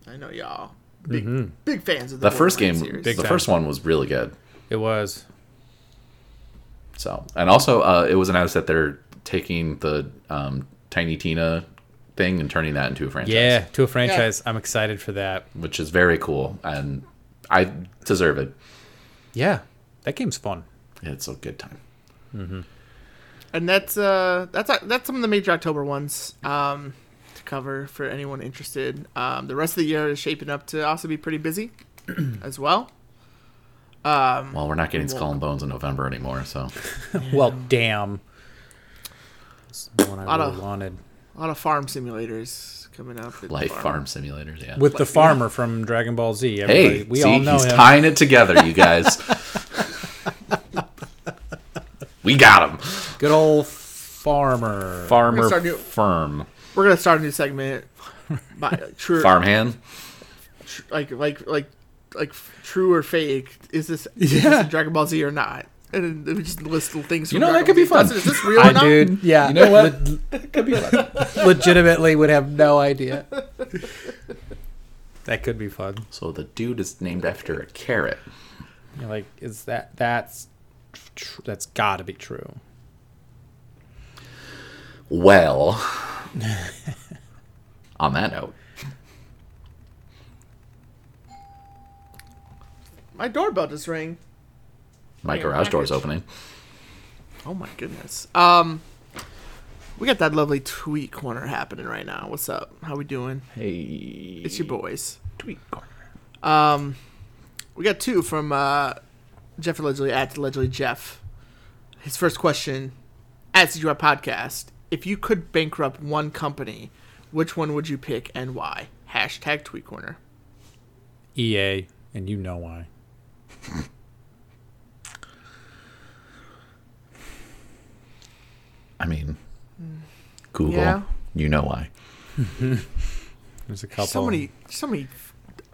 S3: Mm-hmm. I know y'all big big fans of the,
S1: the first game
S3: Borderlands
S1: the
S3: series.
S2: time.
S1: first one was really good
S2: It was.
S1: So, and also, uh, it was announced that they're taking the um, Tiny Tina thing and turning that into a franchise.
S2: Yeah, to a franchise. I'm excited for that.
S1: which is very cool, and I deserve it.
S2: Yeah. That game's fun.
S1: It's a good time.
S3: and that's uh that's that's some of the major October ones um to cover for anyone interested. Um, the rest of the year is shaping up to also be pretty busy as well.
S1: Well, we're not getting Skull and Bones in November anymore, so
S2: Well, damn. It's the one I
S3: Lotta-
S2: really wanted.
S3: A lot of farm simulators coming up. and
S1: Life Farm Simulators, yeah.
S2: With the farmer from Dragon Ball Z. Everybody,
S1: hey,
S2: we
S1: see,
S2: all know
S1: he's
S2: him.
S1: tying it together, you guys. we got him,
S2: Good old farmer.
S1: farmer
S3: start new-
S1: firm
S3: We're gonna start a new segment. By, like, true,
S1: farmhand.
S3: tr- like like like like f- true or fake? Is this, is
S2: Yeah.
S3: this in Dragon Ball Z or not? And then we just list the things. From
S1: know, that
S3: Dragon
S1: could
S3: Ball
S1: be fun.
S3: Z. Dustin, Is this real or not?
S2: Yeah.
S1: You know what?
S2: could be fun. Legitimately would have no idea. That could be fun.
S1: So the dude is named after a carrot.
S2: You're like, is that that's tr- that's got to be true.
S1: Well, on that note,
S3: My doorbell just rang.
S1: my garage door is opening.
S3: Oh my goodness. Um, we got that lovely tweet corner happening right now. What's up? How we doing?
S1: Hey,
S3: It's your boys.
S1: tweet corner.
S3: We got two from uh, Jeff allegedly at allegedly Jeff. His first question at CGY podcast: If you could bankrupt one company, which one would you pick and why? Hashtag Tweet Corner.
S2: EA, E and you know why.
S1: I mean, Google.
S3: Yeah.
S1: You know why?
S2: There's a couple.
S3: So many, so many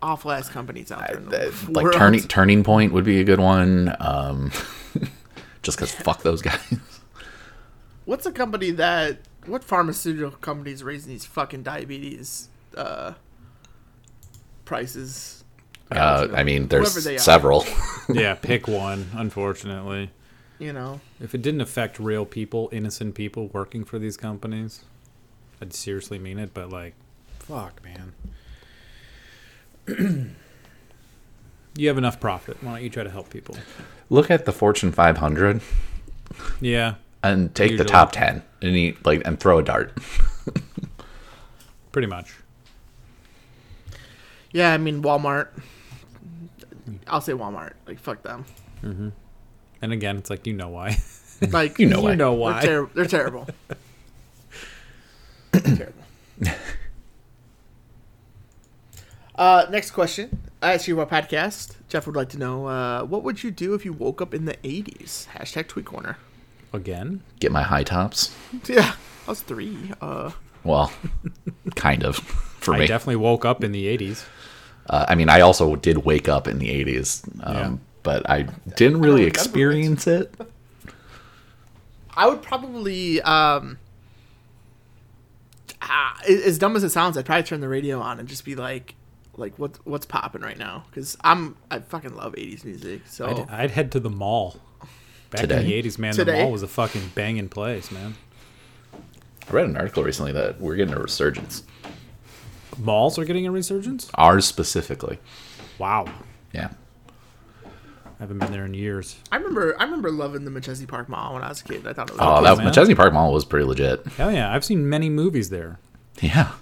S3: awful ass companies out there. in the
S1: uh, Like
S3: world.
S1: turning turning point would be a good one. Um, just because fuck those guys.
S3: What's a company that? What pharmaceutical company is raising these fucking diabetes uh, prices?
S1: Uh, I mean,
S3: Whoever they are.
S1: there's several.
S2: Yeah, pick one. Unfortunately,
S3: You know,
S2: if it didn't affect real people, innocent people working for these companies, I'd seriously mean it. But like, fuck, man. you have enough profit. Why don't you try to help people?
S1: Look at the Fortune 500
S2: Yeah,
S1: and take
S2: Usually.
S1: the top 10 and eat, like and throw a dart.
S2: pretty much.
S3: Yeah, I mean Walmart. I'll say Walmart. Like fuck them.
S2: And again, it's like you know why.
S3: Like
S1: You know why.
S2: know
S3: They're,
S2: why?
S3: ter- they're terrible. terrible. Uh, next question. Actually, what podcast? Jeff would like to know uh, what would you do if you woke up in the '80s? Hashtag Tweet Corner.
S2: Again,
S1: Get my high tops.
S3: Yeah, I was three. Uh,
S1: Well, kind of for
S2: I
S1: me.
S2: definitely woke up in the '80s.
S1: Uh, I mean, I also did wake up in the 80s, um,
S2: Yeah.
S1: but I didn't really
S3: remember it.
S1: experience it.
S3: I would probably, um, ah, a- as dumb as it sounds, I'd probably turn the radio on and just be like, like what what's popping right now? Because I'm I fucking love '80s music. So
S2: I'd, I'd head to the mall. Back in
S1: Oh. Today?
S2: the '80s, man, the
S3: Today?
S2: mall was a fucking banging place, man.
S1: I read an article recently that we're getting a resurgence.
S2: Malls are getting a resurgence.
S1: Ours specifically.
S2: Wow,
S1: Yeah.
S2: I haven't been there in years.
S3: I remember I remember loving the Machesi Park Mall when I was a kid. I thought it was
S1: Oh,
S2: cool,
S1: that
S2: man.
S1: McChesney Park Mall was pretty legit.
S2: Hell yeah, I've seen many movies there.
S1: Yeah.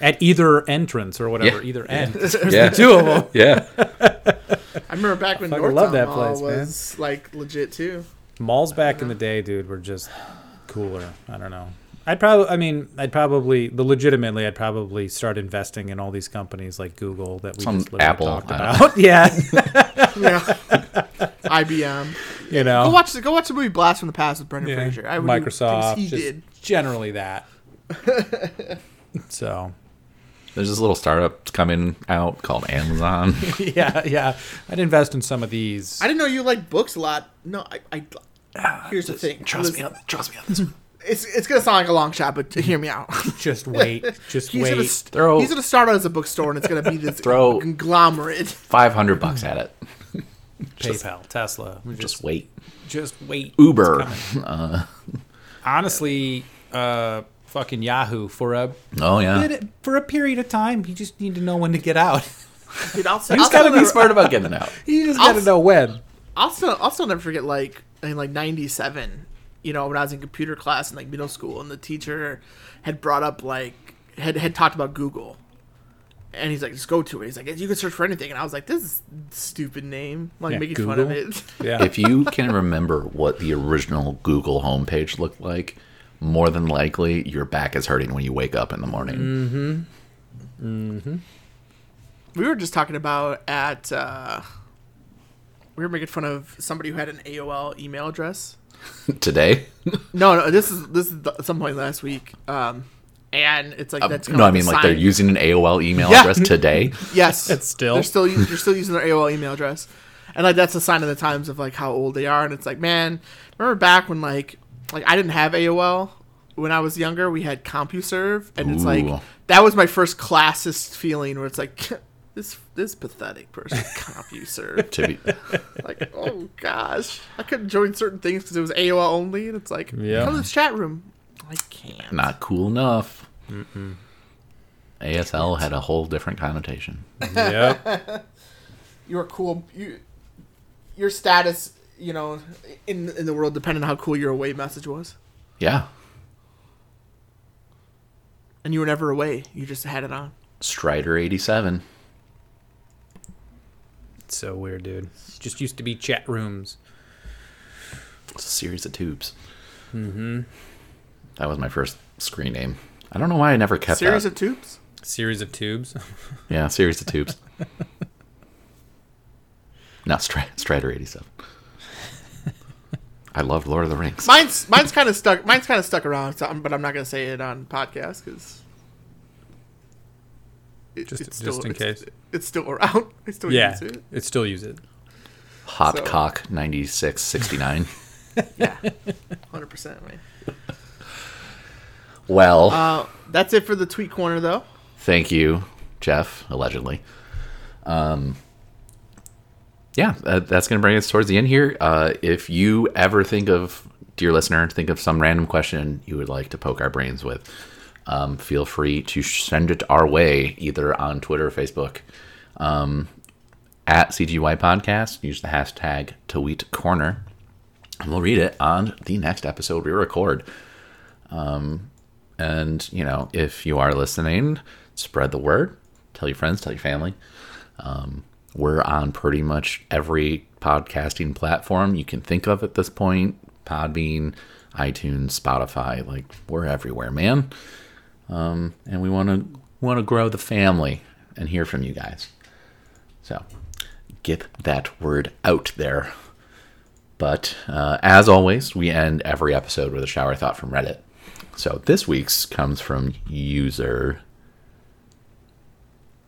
S2: At either entrance or whatever,
S1: Yeah.
S2: either end.
S1: yeah.
S2: Two of them.
S1: Yeah.
S3: I remember back when
S2: fucking
S3: Northtown
S2: love that
S3: Mall
S2: place, man.
S3: was like legit too.
S2: Malls back in the day, dude, were just cooler. I don't know. I'd probably, I mean, I'd probably, the legitimately, I'd probably start investing in all these companies like Google that we
S1: Some
S2: just literally
S1: Apple,
S2: talked
S1: I don't
S2: about. yeah,
S3: Yeah, IBM.
S2: you
S1: Oh.
S3: Go
S2: know,
S3: watch the go watch the movie Blast from the Past with Brendan
S2: Yeah.
S3: Fraser. I would do
S2: Microsoft,
S3: things he
S2: just
S3: did.
S2: generally that. so,
S1: There's this little startup coming out called Amazon.
S2: yeah, yeah, I'd invest in some of these.
S3: I didn't know you liked books a lot. No, I. I here's the thing.
S1: Ah, Trust
S3: Listen-
S1: me on trust me on this. one.
S3: it's it's gonna sound like a long shot, but hear me out.
S2: just wait, just
S3: He's
S2: wait.
S3: gonna st-
S1: Throw-
S3: he's gonna start out as a bookstore, and it's gonna be this
S1: Throw-
S3: conglomerate.
S1: 500 bucks at it.
S2: PayPal, Tesla, just
S1: Just wait.
S2: just wait.
S1: Uber.
S2: Honestly, uh, fucking Yahoo for a
S1: Oh yeah.
S2: But for a period of time, you just need to know when to get out.
S3: Dude, I'll,
S1: You
S3: I'll,
S1: just got to
S3: still
S1: be
S3: never,
S1: smart about getting out.
S2: You just
S3: I'll
S2: got to
S3: s-
S2: know when.
S3: I'll still I'll still never forget like in like '97. You know, when I was in computer class in like middle school, and the teacher had brought up like had had talked about Google, and he's like, just go to it. He's like, you can search for anything, and I was like, this is a stupid name, like
S2: Yeah,
S3: making fun of
S2: Google.
S3: it.
S2: Yeah.
S1: If you can remember what the original Google homepage looked like, more than likely your back is hurting when you wake up in the morning.
S3: We were just talking about at uh, we were making fun of somebody who had an AOL email address. Mm.
S1: Today? Um,
S3: No, no, this is this is at some point last week, um, and it's like that's
S1: Um, no, I mean like they're using
S3: using
S1: an AOL email
S3: Yeah.
S1: address today.
S3: yes,
S2: It's still-
S3: they're still u- they're still using their AOL email address, and like that's a sign of the times of like how old they are, and it's like man, remember back when like like I didn't have AOL when I was younger, we had CompuServe, and it's
S1: Ooh.
S3: like that was my first classist feeling where it's like. This, this pathetic person CompuServe.
S1: to be,
S3: like oh gosh i couldn't join certain things because it was aol only and it's like
S2: Yeah.
S3: come to the chat room i can't
S1: not cool enough. ASL had a whole different connotation.
S2: yep.
S3: you're cool you your status you know in in the world depended on how cool your away message was
S1: Yeah,
S3: and you were never away you just had it on
S1: Strider eighty seven.
S2: It's so weird, dude. It just used to be chat rooms.
S1: It's a series of tubes. Mm-hmm. That was my first screen name. I don't know why I never kept
S3: series
S1: that.
S3: of tubes
S2: Series of tubes.
S1: yeah, series of tubes. Not Stri- Strider eighty seven. I loved Lord of the Rings.
S3: mine's mine's kind of stuck mine's kind of stuck around so I'm, but i'm not gonna say it on podcast because it,
S2: Just-
S3: it's still,
S2: just in
S3: it's-
S2: case.
S3: it's still around i still
S2: yeah.
S3: Oh, use it
S2: It still use it.
S3: so-
S1: Hopcock ninety six sixty nine.
S3: yeah 100% right
S1: Well,
S3: Uh, that's it for the tweet corner, though.
S1: Thank you, Jeff, allegedly. Um, yeah, that, that's going to bring us towards the end here. Uh, if you ever think of, dear listener, think of some random question you would like to poke our brains with, um, feel free to send it our way either on Twitter or Facebook um, at CGY Podcast. Use the hashtag Tweet Corner, and we'll read it on the next episode we record. Um, and you know, if you are listening, spread the word. Tell your friends. Tell your family. Um, We're on pretty much every podcasting platform you can think of at this point Podbean, iTunes, Spotify. Like, we're everywhere, man. Um, and we want to want to grow the family and hear from you guys. So, get that word out there. But uh, as always, we end every episode with a shower thought from Reddit. So this week's comes from user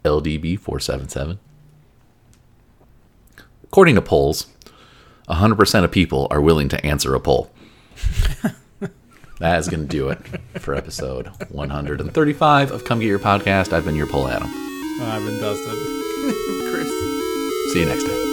S1: LDB477. According to polls, 100% of people are willing to answer a poll. that is going to do it for episode 135 of Come Get Your Podcast. I've been your poll, Adam.
S2: I've been dusted.
S3: Chris.
S1: See you next time.